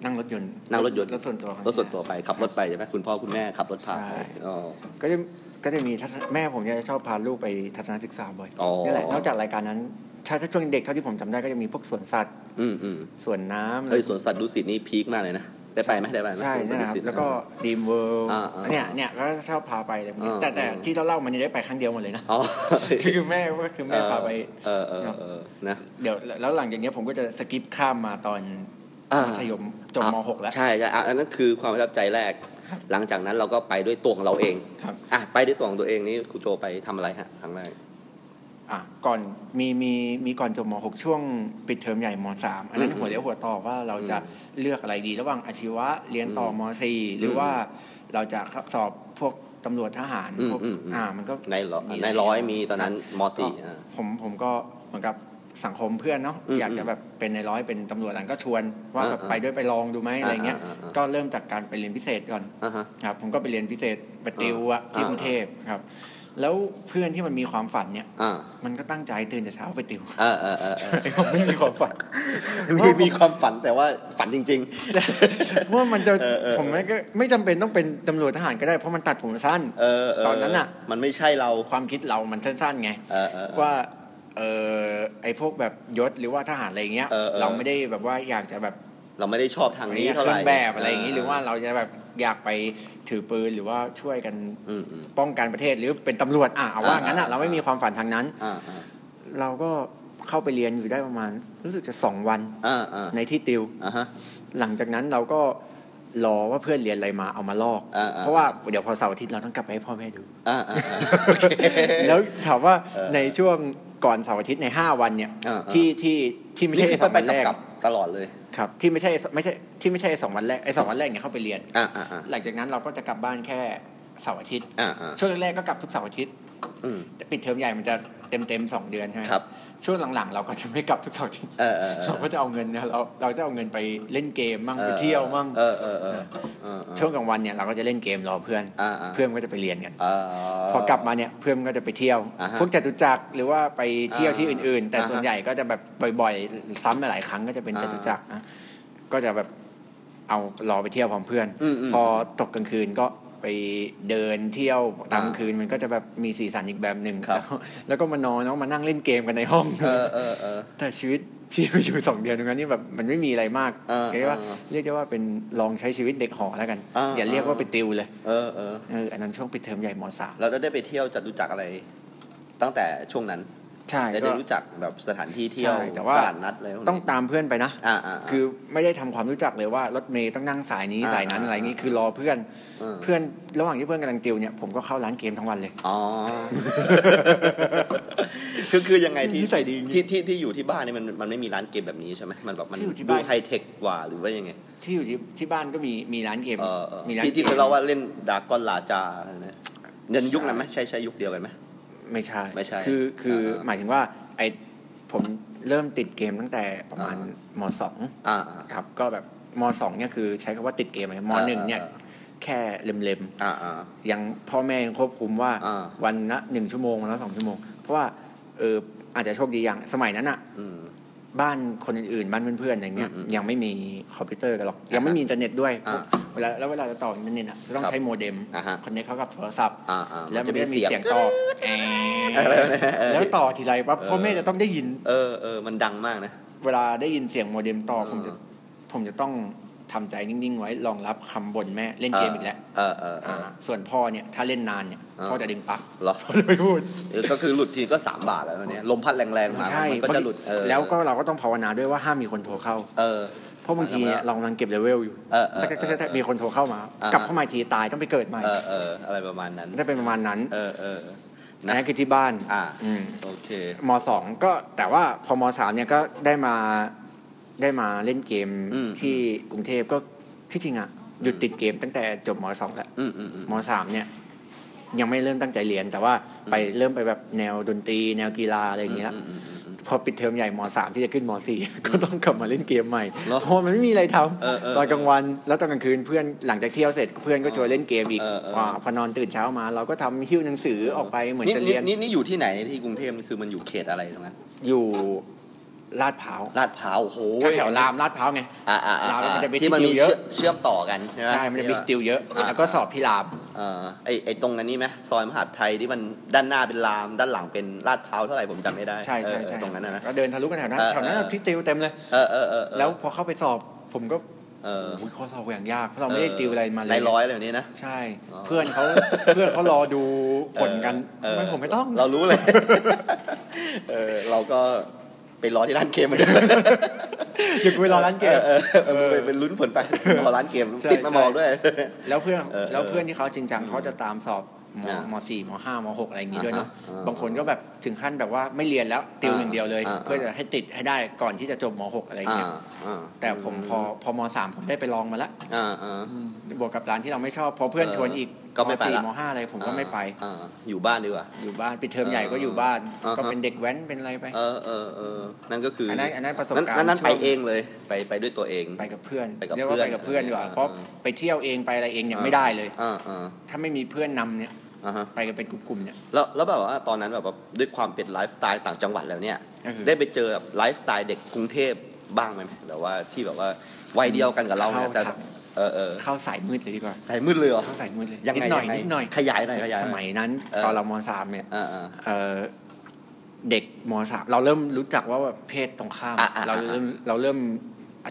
C: นั่งรถยนต์
B: นั่งรถยนต์
C: รถส่วนตัวของ
B: รถส่วนตัวไปขับรถไปใช่ไหมคุณพ่อคุณแม่ขับรถพา
C: ใช่
B: ไปอ๋อ
C: ก็จะก็จะมีทัศนแม่ผมเนี่ยจะชอบพาลูกไปทัศนศึกษาบ่อย
B: อ๋อ
C: นี่แหละนอกจากรายการนั้นถ้าถ้าช่วงเด็กเท่าที่ผมจำได้ก็จะมีพวกสวนสัตว์
B: อืมอืม
C: สวนน้ำ
B: เอ้ยสวนสัตว์ดุสิตนี่พีคมากเลยนะ ได้ไปไหมได้ไปไหม
C: ใช่
B: สว
C: นะ
B: น
C: ค
B: สัตดุ
C: รับ
B: สิต
C: แล้วก็ดีมเวิลด์
B: อ่าอ่า
C: เนี่ยเนี่ยก็ชอบพาไปอะไรพวกนี้
B: อ่า
C: แต่แต่
B: อ่า
C: ที่เราเล่ามันเนี่ยได้ไปครั้งเดียวหมดเลยนะ
B: อ๋อ
C: คือแม่ก็คือแม่พาไป
B: เออเออเออนะ
C: เดี๋ยวแล้วหลังจากเนี้ยผมก็จะสกิปข้ามมาตอนมัธยมจบม .6 แล้ว
B: ใช่ใช่อ่ะอันนั้นคือความประทับใจแรก หลังจากนั้นเราก็ไปด้วยตัวของเราเอง
C: ครับ
B: อ่ะไปด้วยตัวของตัวเองนี่คุณโจไปทำอะไรฮะครั้งแรก
C: อ่ะก่อนมีมีมีก่อนจบม .6 ช่วงปิดเทอมใหญ่ม .3 อันนั้น
B: อืม
C: หัวเรียวหัวต่อว่าเราจะเลือกอะไรดีระหว่างอาชีวะเรียนต่อม .4 หรืออ
B: ม
C: ว่าเราจะเข้าสอบพวกตำรวจทหาร
B: อืม
C: พวก
B: อืมอืม
C: อ่ามันก็
B: ในร้อย
C: มี
B: ในร้อยมีตอนนั้นม
C: ก็
B: สี่อ่ะ
C: ผมผมก็เหมือนกับสังคมเพื่อนเนาะ
B: อืม
C: อยากจะแบบเป็นในร้อยเป็นตำรวจหลังก็ชวนว่า
B: อ่า
C: แบบไปด้วยไปลองดูไหมอะไรเงี้ย
B: อ่าอ่าอ่า
C: ก็เริ่มจากการไปเรียนพิเศษก่อน
B: อ่าฮะ
C: ครับผมก็ไปเรียนพิเศษไปติวอะ
B: อ่า
C: ที่กรุงเทพครับ แล้วเพื่อนที่มันมีความฝันเนี่ย
B: อ่า
C: มันก็ตั้งใจตื่นแต่เช้าไปติว
B: เออเออเออเออ
C: ไอ้
B: *laughs*
C: ผมไม่มี *laughs* ความฝัน
B: มีมีความฝันแต่ว่าฝันจริง
C: เพราะว่ามันจะ
B: เออเออ
C: ผมไม่ก็ไม่จำเป็นต้องเป็นตำรวจทหารก็ได้เพราะมันตัดผมสั้น
B: ๆ เออเ
C: ตอนนั้นน่ะ
B: มันไม่ใช่เรา
C: ความคิดเรามันสั้นๆไง
B: เออเออเออ
C: ว่าเออไอ้พวกแบบยศหรือว่าทหารอะไรอย่างเงี้ย
B: เออเออ
C: เราไม่ได้แบบว่าอยากจะแบบ
B: เราไม่ได้ชอบทางนี้เท่าไห
C: เครื่
B: ร่
C: แบบอะไรอย่างงี้หรือว่าเราจะแบบอยากไปถือปืนหรือว่าช่วยกัน
B: อืมอืม
C: ป้องกันประเทศหรือเป็นตำรวจอ่ะเอาว่างั้นอ่ะ
B: อ่า
C: เราไม่มีความฝันทางนั้น
B: อ่าอ่า
C: เราก็เข้าไปเรียนอยู่ได้ประมาณ รู้สึกจะสองวัน
B: อ่าอ่า
C: ในที่ติว
B: อ่าฮะ
C: หลังจากนั้นเราก็รอว่าเพื่อนเรียนอะไรมาเอามาลอก
B: อ่าๆ
C: เพราะว่าเดี๋ยวพอเสาร์อาทิตย์เราต้องกลับไปให้พ่อแม่ดู
B: อ่าอ่า
C: *laughs*
B: อ่าโอเค
C: แล้วถามว่า
B: เออ
C: ในช่วงก่อนเสาร์อาทิตย์ใน 5 วันเนี่ย
B: อ่าๆ
C: ที่ที่ที่ไม่
B: นี่
C: ใช่
B: คือ
C: สอง
B: ไป
C: วัน
B: ไป
C: แรก
B: กลับตลอดเลย
C: ครับที่ไม่ใช่ไม่ใช่ที่ไม่ใช่สองวันแรกไอ้สองวันแรกเนี่ยเข้าไปเรียน
B: อ่าอ่าอ่า
C: หลังจากนั้นเราก็จะกลับบ้านแค่เสาร์อาทิตย์
B: อ่าอ่า
C: ช่วงแรกๆก็กลับทุกเสาร์อาทิตย์
B: อืม
C: แต่ปิดเทอมใหญ่มันจะ เต็มเต็มๆสองเดือนใช่ไหม
B: ครับ
C: ช่วงหลังๆ เราก็จะไม่กลับทุกเสาร์อาทิตย์
B: เออเออเออ
C: เราก็จะเอาเงินเนี่ยเราเราจะเอาเงินไปเล่นเกมมั่ง
B: ออ
C: ไปเที่ยวมั่ง
B: เออเออเออเออเออ
C: ช่วงกลางวันเนี่ยเราก็จะเล่นเกมรอเพื่อน
B: อ่าๆ
C: เพื่อนก็จะไปเรียนกัน
B: เออ
C: พอกลับมาเนี่ยเพื่อนก็จะไปเที่ยว
B: อ่าฮะ
C: พวกจตุจักรหรือว่าไปเที่ยวที่อื่น ๆ แต่
B: อ่าฮะ
C: ส่วนใหญ่ก็จะแบบบ่อยๆซ้ำหลายๆครั้งก็จะเป็นจตุจักรนะก็จะแบบเอารอไปเที่ยวพร้อมเพื่อน
B: อืมอืม
C: พอตกกลางคืนก็ไปเดินเที่ยวตามกลางคืนมันก็จะแบบมีสีสันอีกแบบหนึ่ง
B: ครับ
C: แล้วแล้วก็มานอนแล้วมานั่งเล่นเกมกันในห้อง
B: เออเออเออ
C: แต่ชีวิตที่อยู่สองเดือนตรงนั้นนี่แบบมันไม่มีอะไรมาก
B: เออ
C: เรียกว่า
B: เออ
C: เรียกได้ว่าเป็นลองใช้ชีวิตเด็กหอแล้วกัน
B: อ่า
C: อย่าเรียกว่าไปติวเลย
B: เออเออ
C: เอออันนั้นช่วงปิดเทอมใหญ่มสาม
B: เราได้ไปเที่ยวจัตุจักรอะไร ตั้งแต่ช่วงนั้น
C: ใช่
B: ได้ได้รู้จักแบบสถานที่เที่ยว
C: ใช่แต่ว่า
B: ตลาดนัดอะไรพวกนี้
C: ต้องตามเพื่อนไปนะ
B: อ่าอ่า
C: คือไม่ได้ทำความรู้จักเลยว่ารถเมย์ต้องนั่งสายนี้
B: อ่า
C: สายนั้น
B: อ่า
C: อะไรนี้คือรอเพื่อน
B: อ่า
C: เพื่อนระหว่างที่เพื่อนกำลังติวเนี่ยผมก็เข้าร้านเกมทั้งวันเลย
B: อ๋อ คือคือยังไงที่
C: นิสัยดีจริง
B: ที่ที่ที่อยู่ที่บ้านเนี่ยมันมันไม่มีร้านเกมแบบนี้ใช่ไหมมันแบบมัน
C: ที่อยู่ที่
B: ดู
C: บ้าน
B: ไฮเทคกว่าหรือว่ายังไง
C: ที่อยู่ที่ที่บ้านก็มีมีร้านเกม
B: เออเออ
C: มีร้าน
B: ที่ที่เขาเล่าว่าเล่นดากอนลาจาอะไรนะเน้นยุคนั้นไหมใช่ใช่ยุคเดียวกันไหม
C: ไม่ใช่
B: ไม่ใช่
C: คือคืออา หมายถึงว่าไอผมเริ่มติดเกมตั้งแต่ประมาณ
B: อ่
C: มสอง
B: อ่า
C: ครับก็แบบมสองเนี่ยคือใช้คำว่าติดเกมเลยม
B: อ่า
C: หนึ่งเนี่ย
B: อ่า
C: แค่เล็มๆ
B: อ่าอ่า
C: ยังพ่อแม่ยังควบคุมว่า
B: อ่า
C: วันละหนึ่งชั่วโมงวันละสองชั่วโมง เพราะว่าเอออาจจะโชคดีอย่างสมัยนั้นอะ
B: อืม
C: บ้านคนอื่นๆ บ้านเพื่อนๆอย่างเงี้ย
B: อืมๆ
C: ยังไม่มีคอมพิวเตอร์กันหรอก ยังไม่มีอินเทอร์เน็ตด้วย
B: อ่า
C: เวลาแล้วเวลาจะต่ออินเทอร์เน็ตอะจะต้อง
B: ครับ
C: ใช้โมเด็ม
B: อ่าฮะ
C: คอนเนคเข้ากับโทรศัพท์
B: อ่าอ่า
C: แล้วมัน
B: จะ
C: จะมีเสียง
B: ก
C: ต่อ
B: รี๊ด
C: แอะ
B: อะไรวะเนี่ยเออ
C: แล้วต่อทีไรปั๊บพ่อแม่จะต้องได้ยิน
B: เออเออมันดังมากนะ
C: เวลาได้ยินเสียงโมเด็มต่อผมจะ
B: อ่
C: ผมจะต้องทำใจนิ่งๆไว้รองรับคำบ่นแม่เล่นเกมอีกแล้ว
B: เออเออเอ
C: อ่า
B: อ
C: ส่วนพ่อเนี่ยถ้าเล่นนานเนี่ย
B: อ่า
C: พ่อจะดึงปลั๊ก
B: เหรอ
C: เขาจะ *laughs* ไม่พูด
B: เออก็คือหลุดทีก็สามบาทแล้วเนี้ยลมพัดแรงๆมา
C: ใช่
B: มันก็จะหลุดเออ
C: แล้วก็เราก็ต้องภาวนาด้วยว่าห้ามมีคนโทรเข้า
B: เออ
C: เพราะบางทีเนี่ยเรากำลังเก็บเลเวลอยู่
B: เออเออ
C: ถ้าถ้าถ้าถ้ามีคนโทรเข้ามา
B: อ่าฮะ
C: กลับเข้ามาอีกทีตายต้องไปเกิดใหม่
B: เออเอออะไรประมาณนั้น
C: จะเป็นประมาณนั้น
B: เออเออ
C: อัน
B: นะ
C: นั่นคือที่บ้าน
B: อ่า
C: อืม
B: โอเค
C: มสองก็แต่ว่าพอมสามเนี่ยก็ได้มาได้มาเล่นเกม
B: อืม
C: ที่กรุงเทพก็ที่จริงอ่ะหยุดติดเกมตั้งแต่จบมสองแล้ว
B: อืมอืมอืม
C: มสามเนี่ย ยังไม่เริ่มตั้งใจเรียน แต่ว่าไปเริ่มไปแบบแนวดนตรี แนวกีฬาอะไรอย่างเงี้ยละพอปิดเทอมใหญ่มสามที่จะขึ้นมสี่ *laughs* ก็ต้องกลับมาเล่นเกมใหม่
B: เหรอ
C: เพราะมันไม่มีอะไรท
B: เออเออ
C: ำตอนกลางวัน แล้วตอนกลางคืนเพื่อนหลังจากเที่ยวเสร็จเพื่อนก็ชวนเล่นเกมอีก
B: เออเออ
C: ว่าพอนอนตื่นเช้ามา เราก็ทำหิ้วหนังสือออกไปเหมือนจะเรียน
B: นี่นี่อยู่ที่ไหนที่กรุงเทพคือมันอยู่เขตอะไรตรงนั้น
C: อยู่ลาดพร้าว
B: ลาดพร้าวโอ้โห
C: แถวๆรามลาดพร้าวไง
B: อ่าอ่าอ่า
C: ลาวแล้วมันจะมี
B: ที่มันมี
C: ที่เยอะ
B: เชื่อเชื่อมต่อกันใช่ไหม
C: ใช่มันจะบิ๊กติวเยอะแล้วก็สอบที่ราม
B: เอ่อไอไอตรงอันนี้ไหมซอยมหาดไทยที่มันด้านหน้าเป็นราม ด้านหลังเป็นลาดพร้าวเท่าไหร่ผมจำไม่ได้
C: ใช่ใช่ใช่
B: เออตรงนั้นนะนะ
C: ก็เดินทะลุกันแถวนั้น
B: เออ
C: แถวนั้น
B: เออ
C: พิกติวเต็มเลย
B: เออเออเออเออ
C: แล้วพอเข้าไปสอบผมก็
B: เออ
C: โอ้ยข้อสอบอย่างยากเพราะเราไม่ได้ติวอะไรมาเลย
B: ในร้อยอะไรแบบนี้นะ
C: ใช่
B: อ๋อ
C: เพื่อนเขา เพื่อนเขารอดูผลกัน
B: เออ
C: ไม่ผมไม่ต้อง
B: เรารู้เลย *laughs* เออเราก็ไปรอที่ร้านเกมเหมือนกัน
C: อย่ากูไปรอร้ *laughs* านเกม
B: เออเออไปเป็นลุ้นผลไปรอร้านเกม
C: ใช่
B: ติดมา
C: ใช่
B: มองด้วย
C: แล้วเพื่อน
B: เออ
C: แล้วเพื่อนที่เขาจริงจังเขาจะตามสอบม
B: อ่าม
C: สี่มห้ามหกอะไรอย่างงี้ด้วยเนาะ
B: อ่าฮะ
C: บางคนก็แบบถึงขั้นแบบว่าไม่เรียนแล้วติวอย่างเดียวเลย
B: อ่า
C: เพื่อจะให้ติดให้ได้ก่อนที่จะจบมหกอะไรอย่าง
B: อ่า
C: เงี้ย
B: อ่า
C: แต่ผมพอพอมสามผมได้ไปลองมาละ
B: อ่าอ่า
C: บวกกับร้านที่เราไม่ชอบพอเพื่อนชวนอีก
B: ก็ไม่ไป
C: สี่
B: ละ
C: มห้าอะไรผมก็ไม่ไป
B: อ่าอยู่บ้านดีกว่า
C: อยู่บ้านปิดเทอมใหญ่ก็อยู่บ้าน
B: อ่าฮะ
C: ก็เป็นเด็กแว้นเป็นอะไรไป
B: เออเออเออนั่นก็คืออน
C: นั้นอันนั้นประสบการณ์
B: นั้น
C: ช่
B: ไป
C: วง
B: เองเลยไปไปด้วยตัวเอง
C: ไปกับเพื่อน
B: ไปกับ
C: เรียกว่า
B: เพื่อน
C: ไปกับเพื่อนดีกว่า
B: อ่า
C: เพราะไปเที่ยวเองไปอะไรเองเนี่ยไม่ได้เลย
B: อ่าอ่า
C: ถ้าไม่มีเพื่อนนำเนี่ย
B: อ่าฮะ
C: ไปกันเป็นกลุ่มๆเนี่ย
B: แล้วแล้วแบบว่าตอนนั้นแบบว่าด้วยความเป็นไลฟ์สไตล์ต่างจังหวัดแล้วเนี่ย
C: อือฮึ
B: ได้ไปเจอแบบไลฟ์สไตล์เด็กกรุงเทพบ้างไหมแบบว่าที่แบบว่าวัยเดียวกันกับเราเนี่ยแต่เออเออ
C: เข้าสายมืดเลยดีกว่า
B: ใส่มืดเลยเหรอ
C: เข้าสายมืดเลย
B: ยัง
C: นิ
B: ไง
C: ดหน่อย
B: งไง
C: นิดหน่อย
B: ขยายหน่อยขยายห
C: ส
B: น่อ
C: มัยนั้น
B: เออ
C: ตอนเรามสามเนี่ย
B: เอ่าอ่า
C: เอ่อเด็กมสามเราเริ่มรู้จักว่าแบบเพศตรงข้าม
B: อ่ะอ่ะ
C: เราเริ่มเราเริ่ม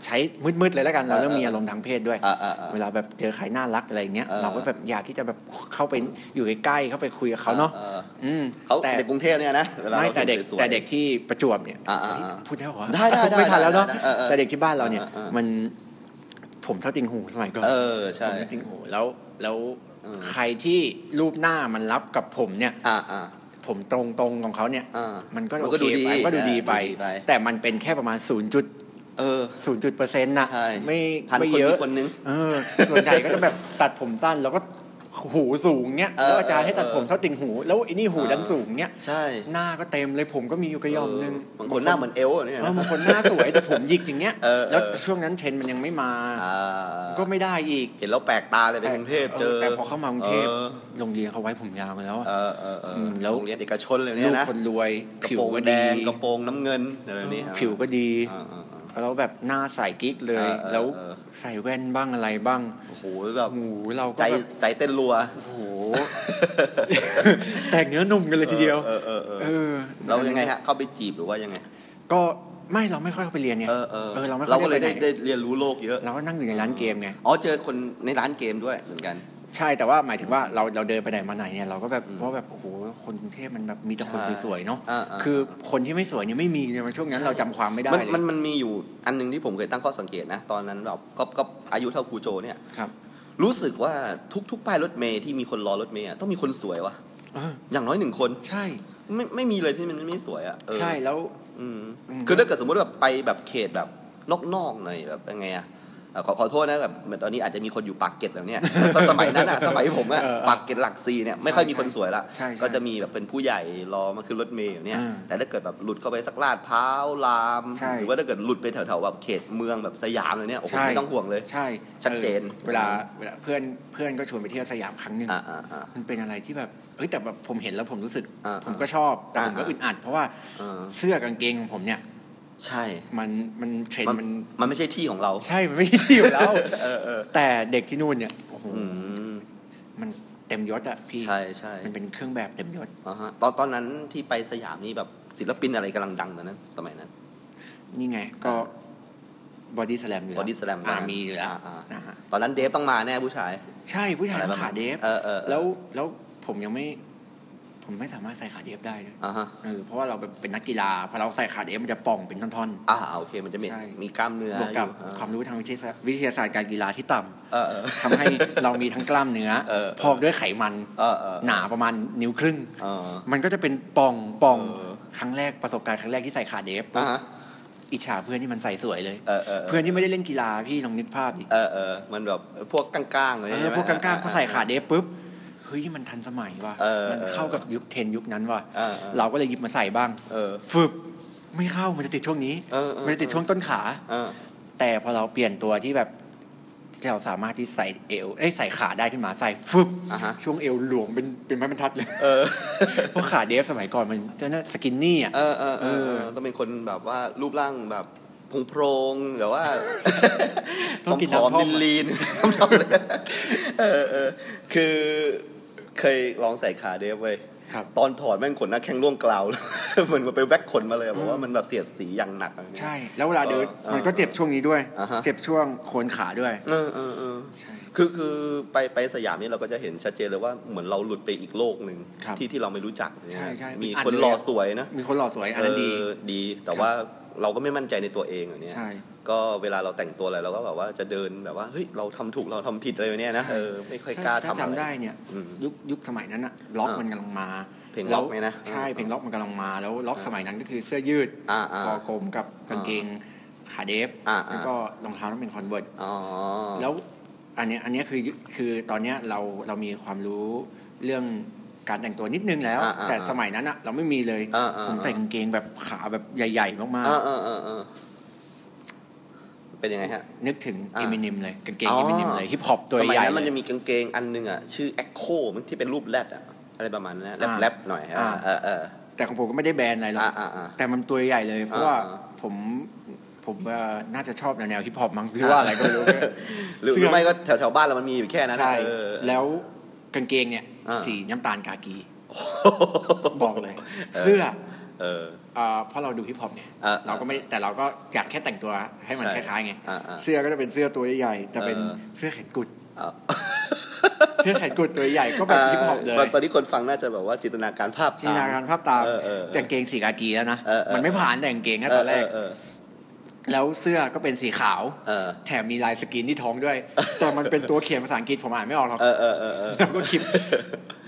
C: ใช้มืดๆเลยแล้วกันเราเริ่มมีอารมณ์ทางเพศด้วย
B: อ่ะอ่ะอ่ะ
C: เวลาแบบเจอใครน่ารักอะไรอย่างเงี้ย
B: เออ
C: เราก็แบบอยากที่จะแบบเข้าไปอยู่ใกล้ๆเข้าไปคุยกับเขาเนาะอืม
B: เขา
C: แต่
B: เด็กกรุงเทพเนี่ยนะวลา
C: ไม่
B: รา
C: แต่เด็ก
B: ห็นสวย
C: แต่เด็กที่ประจวบเนี่ย
B: อ่าอ่าอ่า
C: พูดได้เหรอวะ
B: ได้ได้ได้
C: ไม่ทันแล้วเนาะ
B: ได้ได้เออเออ
C: แต่เด็กที่บ้านเราเนี่ย
B: เออเออ
C: มันผมเท่าติงหูสมัยก่อน
B: เออใช่
C: ผมเท่าติงหูแล้วแล้ว
B: เออ
C: ใครที่รูปหน้ามันรับกับผมเนี่ย
B: อ่าอ่า
C: ผมตรงตรงๆของเขาเนี่ย
B: เออ
C: มันก็
B: มั
C: โอน
B: ก็
C: เค
B: ดูดี
C: ไปก็ดูดีไป
B: เออดูดีไป
C: แต่มันเป็นแค่ประมาณศูนย์จุด
B: เออ
C: ศูนย์จุดเปอร์เซ็นต์นะ
B: ใช่
C: ไม่
B: พัน
C: ไม่
B: คน
C: เยอะ
B: มีคนนึง
C: เออ ส่วนใหญ่ก็จะแบบตัดผมสั้นแล้วก็ หูสูงเนี้ย
B: เออ
C: แล้วอาจารย์ให้ตัดผม
B: เออ
C: เท่าติ่งหู แล้วไอ้นี่หู
B: เออ
C: ดันสูงเนี้ย
B: ใช่
C: หน้าก็เต็มเลยผมก็มีอยู่กระยอมนึง
B: บางคนหน้าเหมือนเอลอะเนี่ย
C: เออ
B: นะ
C: บางคนหน้าสวยแต่ผมหยิกอย่างเงี้ย
B: เออเออ
C: แล้วช่วงนั้นเทรนด์มันยังไม่มา
B: อ่า
C: ก็ไม่ได้อีก
B: เห็นแล้วแปลกตาเลยในกรุงเทพเจอ
C: แต่พอเข้ามากรุงเทพ
B: ออ
C: โรงเรียนเขาไว้ผมยาวกันแล้วอะ
B: เออเออเออ
C: อืมแล้ว
B: โรงเรียนเอกชนเลยเนี่
C: ลู
B: ย
C: ก
B: นะ
C: คนรวย
B: กระ
C: ผิว
B: โปรง
C: ก็
B: แด
C: ดี
B: งกระโปรงน้ำเงินอะไรแบบนี้ฮะ
C: ผิวก็ดี
B: อ่าอ่าอ่า
C: แล้วแบบหน้าใสกิ๊กเลย
B: เออเออ
C: แล้ว
B: เออ
C: ใส่แว่นบ้างอะไรบ้าง
B: โอ้โหแบบ
C: โอ้โหเราก็
B: ใจ
C: แบบ
B: ใจเต้นรัว
C: โอ้โห *laughs* แตกเนื้อนุ่มกันเลยทีเดียว
B: เออเออเออ
C: เอ
B: เออ
C: อ
B: เรายังไงฮะเข้าไปจีบหรือว่ายังไง
C: ก็ไม่เราไม่ค่อยเข้าไปเรียนไง
B: เออเออ
C: เราไม่ค่
B: เรา
C: อย
B: ก็เลย
C: ได้
B: ได้
C: ไปไหน
B: ได้เรียนรู้โลกเยอะ
C: เราก็นั่งอยู่ในร้านเกมไง
B: อ๋อเจอคนในร้านเกมด้วยเหมือนกัน
C: ใช่แต่ว่าหมายถึงว่าเราเราเดินไปไหนมาไหนเนี่ยเราก็แบบว่าแบบโอ้โหคนกรุงเทพมันแบบมีแต่คน
B: ใช่
C: สวยๆเนาะ
B: อ่าๆ
C: คือคนที่ไม่สวยเนี่ยไม่มีในช่วงนั้นเราจำความไม่ได้
B: มัน
C: เลย
B: มันมันมีอยู่อันหนึงที่ผมเคยตั้งข้อสังเกตนะ ตอนนั้นแบบก็ก็อายุเท่าครูโจเนี่ย
C: ครับ
B: รู้สึกว่าทุกทุกป้ายรถเมย์ที่มีคนรอรถเมย์อะต้องมีคนสวยวะ
C: เออ
B: อย่างน้อยหนึ่งคน
C: ใช่
B: ไม่ไม่มีเลยที่มันไม่สวยอะเออ
C: ใช่แล้ว
B: อืม
C: อืม
B: คือถ้าเกิดสมมติแบบไปแบบเขตแบบนอกๆหน่อยแบบยังไงอะเอ่อขอขอโทษนะแบบเหมือนตอนนี้อาจจะมีคนอยู่ปากเกร็ดแล้วเนี่ย *laughs* แต่สมัยนั้นอะสมัยผมอะ
C: เออ
B: ปากเกร็ดหลักซีเนี่ยไม่ค่อยมีคนสวยละ
C: ใช่ใช่
B: ก็จะมีแบบเป็นผู้ใหญ่รอมาขึ้นรถเมย์อยู่เนี่ย
C: อ่า
B: แต่ถ้าเกิดแบบหลุดเข้าไปสักลาดพร้าวราม
C: ใช่
B: หรือว่าถ้าเกิดหลุดไปแถวๆแบบเขตเมืองแบบสยามเลยเนี่ยโอ้โหไม่ต้องห่วงเลย
C: ใช่
B: ชัดเจน
C: ออเวลาเวลาเพื่อนเพื่อนก็ชวนไปเที่ยวสยามครั้งหนึ่ง
B: อ่าอ่าอ่า
C: มันเป็นอะไรที่แบบเฮ้ยแต่แบบผมเห็นแล้วผมรู้สึก
B: อ่า
C: ผมก็ชอบแต่ผมก็
B: อ่า
C: อึดอัดเพราะว่า
B: อ่า
C: เสื้อกางเกงของผมเนี่ย
B: ใช่
C: มันมันเทรน
B: มัน
C: ด์มัน
B: มันไม่ใช่ที่ของเรา
C: ใช่มันไม่ใช่ที่ของเรา
B: เออเออ
C: แต่เด็กที่นู่นเนี่ยโอ้โห
B: อืม
C: มันเต็มยศอะพี่
B: ใช่ใช่
C: มันเป็นเครื่องแบบเต็มยศ
B: อ่าฮะตอนตอนนั้นที่ไปสยามนี่แบบศิลปินอะไรกำลังดังตอนนั้น สมัยนั้น
C: นี่ไงก็บอดี้สแลมอยู่แล้ว
B: Body Slam
C: อ่ามีอยู่แล้ว
B: อ่าๆ
C: นะฮะ
B: ตอนนั้นเดฟต้องมาแน่ผู้ชาย
C: ใช่ผู้ชาย
B: อะไรป
C: ต้
B: ระ
C: อ
B: ม
C: ง
B: ณ
C: ขาเดฟ
B: เออเออเออ
C: แล้วแล้วผมยังไม่ ผมไม่สามารถใส่ขาเดฟได้เลย
B: อ่าฮะ
C: เออเพราะว่าเราแบบเป็นนักกีฬาพอเราใส่ขาเดฟมันจะป่องเป็นท่อน
B: อ่าโอเคมันจะมี
C: ใช่
B: มีกล้ามเนื้อ
C: ๆบวกกับ
B: อยู่อ่
C: ความรู้ทางวิทยาศาสตร์วิทยาศาสตร์การกีฬาที่ต่ำ
B: เออเออ
C: ทำให้ เรามีทั้งกล้ามเนื้อ
B: เออ
C: พอกด้วยไขมัน
B: เออเออ
C: หนาประมาณนิ้วครึ่ง
B: เออ
C: มันก็จะเป็นป่องป่อง
B: เออ
C: ครั้งแรกประสบการณ์ครั้งแรกที่ใส่ขาเดฟ
B: อ่าฮะ
C: อิจฉาเพื่อนที่มันใส่สวยเลย
B: เออเออ
C: เพื่อนที่ไม่ได้เล่นกีฬาพี่ลองนึกภาพดิ
B: เออเออมันแบบพวกก้างๆเลย
C: เอ
B: ใช่
C: อ
B: ไหม
C: พวกกลางๆพอใส่ขาเดฟปุ๊บเฮ้ยมันทันสมัยว่ะ
B: เออ
C: มันเข้ากับยุคเทรนด์ยุคนั้นว่ะ
B: เออเออ
C: เราก็เลยหยิบมาใส่บ้าง
B: เออ
C: ฝึกไม่เข้ามันจะติดช่วงนี้
B: เออเออ
C: มันจะติดช่วงต้นขา
B: เออ
C: แต่พอเราเปลี่ยนตัวที่แบบที่เราสามารถที่ใส่เอวเอ้ยใส่ขาได้ขึ้นมาใส่ฟึบ
B: อ่าฮะ
C: ช่วงเอวหลวมเป็นเป็นไม้บรรทัดเลย
B: เออ
C: เพราะขาเดฟสมัยก่อนมันจะน่าสกินนี่อ่ะ
B: เออเออเออเออ
C: เออ
B: ต้องเป็นคนแบบว่ารูปร่างแบบพุงโพรงหรือว่า
C: *laughs* ต้องกิน
B: ผอม
C: น้ำท่อม
B: ๆลีนๆน้ำท่อมเลย *laughs* เออเออคือเคยลองใส่ขาเดฟเว้ย
C: ครับ
B: ตอนถอดแม่งขนหน้าแข้งร่วงกลาว *laughs* เลย เหมือนมันไปแว็กขนมาเลยอะบอกว่ามันแบบเสียดสีอย่างหนักอะไรเงี้ย
C: ใช่ แล้วเวลาเดิน
B: เออเออ
C: มันก็เจ็บช่วงนี้ด้วย
B: อ่าฮะ
C: เจ็บช่วงโคนขาด้วย
B: เออเออเออ
C: ใช่
B: คือคือไปไปสยามนี่เราก็จะเห็นชัดเจนเลยว่าเหมือนเราหลุดไปอีกโลกหนึ่ง
C: ครับ
B: ที่ที่เราไม่รู้จักเนี่ย
C: ใช่ใช่
B: มี
C: อีกอัน
B: คน
C: หนึ่ง
B: หล่อสวยนะ
C: มีคนหล่อสวยอันนั้นดี
B: เออดีแต่ว่าเราก็ไม่มั่นใจในตัวเองอย่างเนี้ย
C: ใช่
B: ก็เวลาเราแต่งตัวอะไรเราก็แบบว่าจะเดินแบบว่าเฮ้ยเราทำถูกเราทำผิดอะไรแบบเนี้ยนะ
C: ใช่
B: เออไม่ค่อยกล้า
C: ถ้ถ้
B: ทำอะไร
C: จำได้เนี่ย
B: อืม
C: ยุคยุคสมัยนั้นอะล็อก
B: อ่ามั
C: มันกำลังมา
B: เพลง
C: แว
B: ล็อกเนี่ยนะ
C: ใช่
B: อ่า
C: เพลงล็อกมันกำลังมา แล้วล็อกสมัยนั้นก็คือเสื้อยืด
B: อ่าอ่า
C: คอกลมกับกางเกงขาเดฟ
B: อ่าอ่า
C: แล้วก็รองเท้าต้องเป็นคอนเวิร์ต
B: อ๋อ
C: แล้วอันเนี้ยอันเนี้ยคือคือตอนเนี้ยเราเรามีความรู้เรื่องการแต่งตัวนิดนึงแล้ว
B: าอ่าอ่า
C: แต่สมัยนั้นอะเราไม่มีเลย
B: อ่าอ่า
C: ผมใส่กางเกงแบบขาแบบใหญ่ ๆ มาก
B: เออเออเออเออเป็นยังไงฮะ
C: ๆ นึกถึง
B: อ่า
C: เอมิเนมเลยกางเกง
B: อ๋อ
C: เอมิเนมเลยฮิปฮอปตัว
B: สมัย
C: ใหญ่
B: นั้นมัน
C: เล
B: จะ
C: ย
B: มีกางเกงอันหนึงอ่ะชื่อแอคโคมันที่เป็นรูปแรดอะอะไรประมาณนั้นนะแรป
C: อ่า
B: แรปหน่อยฮะ
C: อ่า
B: เออเออ
C: แต่ของผมก็ไม่ได้แบนอะไรหรอก
B: อ่าอ่าอ่า
C: แต่มันตัวใหญ่เลย เพราะว่า
B: อ่า
C: ผมผมว่าน่าจะชอบแนวฮิปฮอ
B: *laughs*
C: ปมั้งหรือว่าอะไรก็ไม่รู้เนี่ย
B: หรือห
C: เสื้
B: รือไม่ก็แถวแถวๆบ้านเรามันมีอยู่แค่นั้นนะ
C: ใช่
B: *laughs* เออ
C: แล้วกางเกงเนี่ย
B: อ่า
C: สีน้ำตาลกากี บอกเลย เสื้อ
B: เออ
C: อ่าเพราะเราดูฮิปฮอปเนี่ย
B: อ่า
C: เราก็ไม่แต่เราก็อยากแค่แต่งตัวให้มัน
B: ใช่
C: คล้ายๆไง
B: อ่าอ่า
C: เสื้อก็จะเป็นเสื้อตัวใหญ่ๆแต่เป็น
B: เออ
C: เสื้อแขนกุด
B: เอา
C: เสื้อแขนกุดตัวใหญ่ก็แบบฮิปฮอปเลย
B: าตอนนี้คนฟังน่าจะแบบว่าจินตนาการภาพ
C: จินตนาการภาพตาม
B: เออเออ
C: แต่กางเกงสีกากีแล้วนะ
B: เออเออ
C: มันไม่ผ่านแต่กางเกงนะตอนแรก
B: เออ
C: แล้วเสื้อก็เป็นสีขาว
B: เออ
C: แถมมีลายสกรีนที่ท้องด้วย แต่มันเป็นตัวเขียนภาษาอังกฤษผมอ่านไม่ออกหรอก
B: เออเออเออเออ
C: แล้วก็เขียน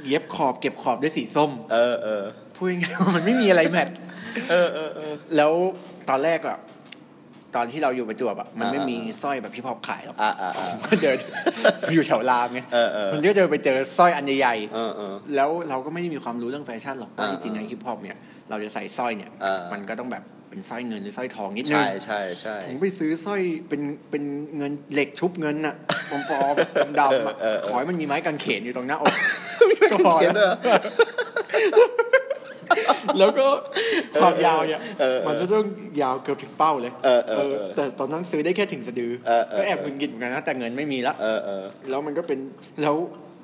C: เย็บขอบเก็บขอบด้วยสีส้ม
B: เออเออ
C: พูดง่ายๆว่ามันไม่มีอะไรแมท
B: เออเออเออ
C: แล้วตอนแรกอะ ตอนที่เราอยู่ประจวบอ่ะมันไม่
B: อ่าๆ
C: มีสร้อยแบบพี่พอปขายหรอก *laughs*
B: อ่าอ่าอ่า
C: เดินอยู่แถวรามไง
B: เออเออ
C: มันก็จะไปเจอสร้อยอันใหญ่ๆ
B: เออเออ
C: แล้วเราก็ไม่ได้มีความรู้เรื่องแฟชั่นหรอกว่า
B: อ่า
C: จริงๆในฮิปฮอปเนี่ย เราจะใส่สร้อยเนี่ย
B: อ่ามั
C: มันก็ต้องแบบเป็นสร้อยเงินหรือสร้อยทองนิดนึง
B: ใช่ใช่ใช่
C: ผมไปซื้อสร้อยเป็นเป็นเงินเหล็กชุบเงินอะปลอมๆดำๆอะ
B: เออเออเออ
C: ขอให้มันมีไม้กางเขนอยู่ตรงหน้า
B: *laughs*
C: อกก็พอ
B: เขียนด้วย
C: แล้ว
B: เหรอ
C: แล้วก็ความยาวเนี่ย
B: เออเออ
C: มันจะต้องยาวเกือบถึงเป้าเลย
B: เออเออเออ
C: เออแต่ตอนนั้นซื้อได้แค่ถึงสะดือ
B: เออเออ
C: ก็แอบหงุนงิดเหมือนกันนะแต่เงินไม่มีละ
B: เออเออ
C: แล้วมันก็เป็นแล้ว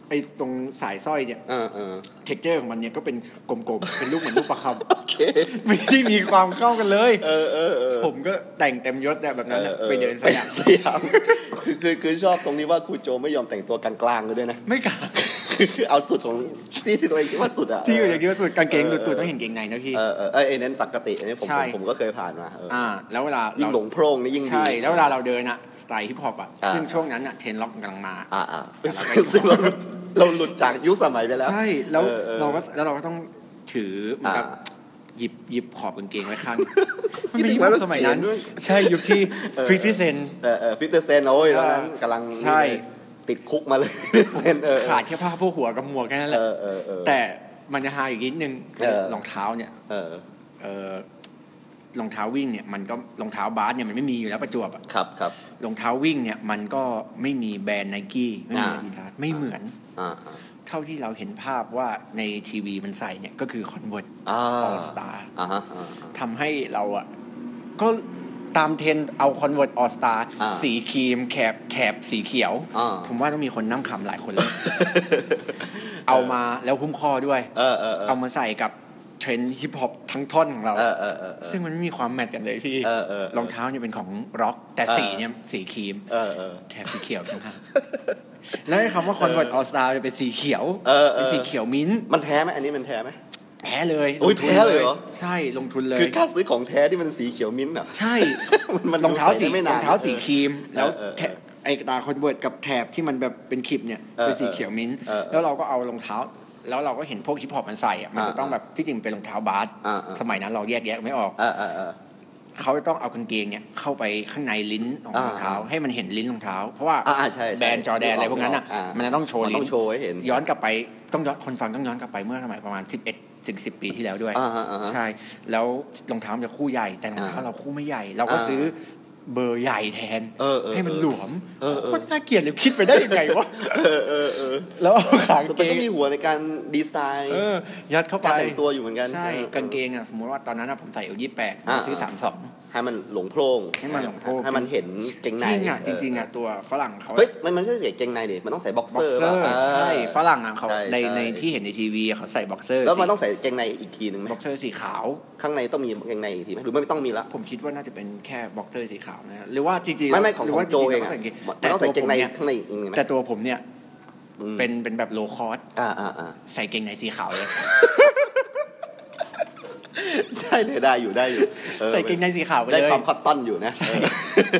C: ไอ้ตรงสายสร้อยเนี่ย
B: เออเออ
C: เท็กเจอร์ของมันเนี่ยก็เป็นกลมๆ เป็นรูปเหมือนรูปประค
B: โอเค
C: ำ *laughs* ไม่ได้มีความเข้ากันเลย
B: เออเออเออ
C: ผมก็แต่งเต็มยศอะแบบนั้นอะ
B: ออออ
C: ไปเดินสยาม
B: สยามคือคือคือชอบตรงนี้ว่าครูโจไม่ยอมแต่งตัวกลางๆเลยด้วยนะ
C: ไม่กล้า
B: คือเอาสุดของนี่ที่ตัวเองคิดว่าสุดอ่ะ
C: ที่อยู่อย่างที่ว่าสุดกางเกงหลุดตูดต้องเห็นเกงในนะพี่
B: เออเออเออไอ้นั้นปกติอันนี้ผม
C: ใช่
B: ผมผมก็เคยผ่านมาเออ
C: อ่า แล้วเวลา
B: ยิ่ง
C: เราย
B: หลงโพรงนี่ยิ่งดี
C: ใช่ แล้วเวลาเราเดินอะสไตล์ฮิปฮอปอะ
B: อ่า
C: ซึ่งช่วงนั้นอะเทรนด์ล็อกกำลังมา
B: อ่าอ่าซึ่งเราหลุดเราหลุดจากยุคสมัยไปแล้ว
C: ใช่ แล้ว
B: ออออ
C: เราก็แล้วเราก็ต้องถือเหมือนกับ
B: อ่า
C: หยิบหยิบขอบกางเกงไว้
B: *laughs*
C: ข้างมัน
B: คิดถึง
C: เป็นยุ
B: ว่า
C: ค
B: เรา
C: สมัยนั้น
B: เขียนด้วย
C: ใช่ยุคที่ฟรีซิเซน
B: เออเออฟิตเตอร์เซนโอ้ยตอนนั้นกำลัง
C: ใช่
B: ติดคุกมาเลยเซนเออ
C: ขาดแค่ผ้าโพกหัวกับหมวกแค่นั้นแห
B: เอ
C: ละ
B: อเออเออ
C: แต่มันจะหาอีกนิดนึง
B: เออ
C: รองเท้าเนี่ย
B: เออ
C: เออรองเท้าวิ่งเนี่ยมันก็รองเท้าบาสเนี่ยมันไม่มีอยู่แล้วประจวบอะ
B: ครับครับ
C: รองเท้าวิ่งเนี่ยมันก็ไม่มีแบรนด์ไนกี้ไม่มี
B: อ่า
C: อาดิดาสไม่เหมือน
B: อ่าอ่า
C: เท่าที่เราเห็นภาพว่าในทีวีมันใส่เนี่ยก็คือคอนเวิร์ต
B: อ่า
C: ออสตาร์
B: อ่าฮะอ่าอ่า
C: ทำให้เราอะก็ตามเทรนด์เอาคอนเวิร์ตออสตาร์
B: อ่า
C: สีครีมแคบแคบสีเขียว
B: อ่า
C: ผมว่าต้องมีคนนั่งขำหลายคนเลยเอามาแล้วคุ้มคอด้วย
B: เออเออเออ
C: เอามาใส่กับเทรนด์ฮิปฮอปทั้งท่อนของเรา
B: เออเออเออเออ
C: ซึ่งมันไม่มีความแมทกันเลยที่
B: เออเออเออ
C: รองเท้าเนี่ยเป็นของร็อก แต่
B: เออ
C: สีเนี่ยสีครีม
B: เออเออ
C: แถบสีเขียวนะครับ แล้วไอ้คำว่าคอนเวิร์ตออสตาจะเป็นสีเขียว
B: เออเออ
C: เป็นสีเขียวมิ้นท์
B: มันแท้ไหมอันนี้มันแท้ไหม
C: แพ้เลย
B: โอ้ย
C: งทุน
B: แท้เลยเหรอ
C: ใช่ลงทุนเลย
B: คือค่าซื้อของแท้ที่มันสีเขียวมิ้นท์เหรอ่ะ
C: ใช่
B: มันมัน
C: รองเท้าสี
B: ใส่ได้ไม่
C: ร
B: นาน
C: องเท้าสี
B: เออ
C: ครีม แล้ว
B: เออเออ
C: แถบไอ้ตาคอนเวิร์ตกับแถบที่มันแบบเป็นคลิปเนี่ย
B: เออ
C: เป็นสีเขียวมิ้นท์
B: เออเออ
C: แล้วเราก็เอารองเท้า แล้วเราก็เห็นพวกฮิปฮอปมันใส่อะมันจะ
B: อ่า
C: ต้องแบบที่จริงเป็นรองเท้าบาส
B: อ่าอ่า
C: สมัยนั้นเราแยกแยะไม่ออก
B: เออเออเออ
C: เขาจะต้องเอากางเกงเนี่ยเข้าไปข้างในลิ้นของรองเท้า
B: อ่า
C: ให้มันเห็นลิ้นรองเท้า เพราะว่า
B: อ่าใช่ใช่
C: แบรนด์จอแดนอะไรพวกนั้นอ่ะ
B: อ่ามั
C: มันจะต้องโชว์
B: มัน
C: ลิ้น
B: ต้องโชว์ให้เห็น
C: ย้อนกลับไปต้องย้อนคนฟังต้องย้อนกลับไปเมื่อสมัยประมาณ 11ถึง10 ปีที่แล้วด้วย
B: อ่าฮะอ่าฮะ
C: ใช่ แล้วรองเท้ามันจะคู่ใหญ่แต่รองเท้า
B: อ่า
C: เราคู่ไม่ใหญ่ เราก็ซื้อเบอร์ใหญ่แทน
B: เออเออ
C: ให้มันหลวม
B: เออเออ
C: โคตรน่าเกลียดเลยคิดไปได้ยังไงวะ
B: เออเออเออ
C: แล้วเอาขากาง
B: มั
C: เก
B: นก็
C: ง
B: มีหัวในการดีไซน์
C: เออยัดเข้าไป
B: การแต่งตัวอยู่เหมือนกันเอ
C: ใช่
B: อเออก
C: างเกงอ่ะสมมติว่าตอนนั้นอะผมใส่เอวยี่แปดผมซื้ออา สามสอง
B: ให้มันหลงโพรง
C: ให้มันหลงโพรง
B: ให้มันเห็นเกงใน
C: จริงอ่ะจริงๆอ่ะตัวฝรั่งเขา
B: เฮ้ยมันมันไม่ใช่เกงในดิมันต้องใส่บ็อก
C: บ็
B: เซอก ร์
C: อเซอร์
B: ป่ะ
C: ใช่
B: เออ
C: ฝรั่งอ่ะเขา
B: ใช่
C: ในใน
B: ใช่
C: ที่เห็นในทีวีอ่ะเขาใส่บ็อกเซอร์
B: แล้วมัน
C: สี
B: ต้องใส่เกงในอีกทีหนึ่งไหม
C: บ็อกเซอร์สีขาว
B: ข้างในต้องมีเกงในอีกทีไหมหรือไม่ต้องมีละ
C: ผมคิดว่าน่าจะเป็นแค่บ็อกเซอร์สีขาวนะหรือว่าจริงๆ
B: ไม่ไม่ของ
C: หรื
B: ของโจเอง
C: ริๆ
B: อะ
C: แล้วก็ใส่กางเกง
B: มันต้องใส่เกงใน
C: แต่ตัวผมเนี่ย
B: ข้างในอีกไหม
C: แต่ตัวผมเนี่ย
B: อืม
C: เป็นเป็นแบบโลคอส
B: อ่าอ่าอ่า
C: ใส่เกงในสีขาวเลย
B: ใช่เลยได้อยู่ได้อยู่ออ
C: ใส่เกงในสีขาวไป
B: ได้
C: เลย
B: ความคอตตอนอยู่นะ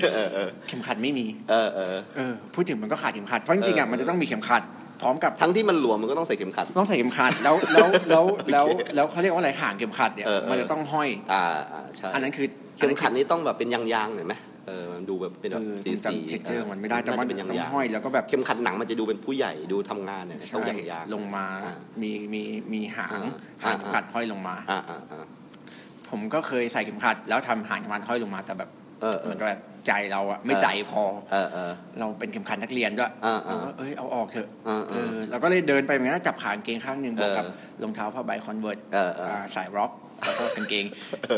B: เออเออ
C: เข็มขัดไม่มี
B: เออเออ
C: เออพูดถึงมันก็ขาดเข็มขัดเพราะจริงๆอ่ะ
B: เออ
C: มันจะต้องมีเข็มขัด พร้อมกับ
B: ทั้งที่มันหลวมมันก็ต้องใส่เข็มขัด
C: ต้องใส่เข็มขัดแล้วแล้วแล้วแล้วแล้วเขาเรียกว่าอะไรห่างเข็มขัดเนี่ย
B: เออเออ
C: มันจะต้องห้อย
B: อ่าอ่าใช่
C: อันนั้นคือ
B: เข็มขัดนี่ต้องแบบเป็นยางๆหน่อยไหมเออมันดูแบบเป็นแบ
C: เอบ อผ
B: สี
C: ม
B: สี
C: จำเท็กเจอร์มันไม่ได้แต่ว่า
B: จะ
C: มั
B: เป็น นยา
C: ต้อง
B: ง
C: ห้อยแล้วก็แบบ
B: ๆเข็มขัดหนังมันจะดูเป็นผู้ใหญ่ดูทำงานเนี่ยต้อง
C: ใช่
B: ยางๆ
C: ลงมา
B: อ่า
C: มีมีมีหาง
B: อ่า
C: หาง
B: อ่า
C: เข็มขัดห้อยลงมา
B: อ่าอ่าอ่า
C: ผมก็เคยใส่เข็มขัด แล้วทำหางเข็มขัดห้อยลงมาแต่แบบ
B: เออเออ
C: เหมือนกับแบบใจเราอะไม่ใจพอ
B: เออเออ
C: เราเป็นเข็มขัดนักเรียนด้วย
B: อ่า
C: เราก็เอ้ยเอาออกเถอะ
B: อ่า
C: เออเราก็เลยเดินไปเหมือนกันนะจับขากางเกงข้างหนึ่งบวกกับ
B: เอ
C: รองเท้าผ้าใบคอนเวิร์ต
B: เออเอออ่
C: าสายร็อกแล้วก็กางเกง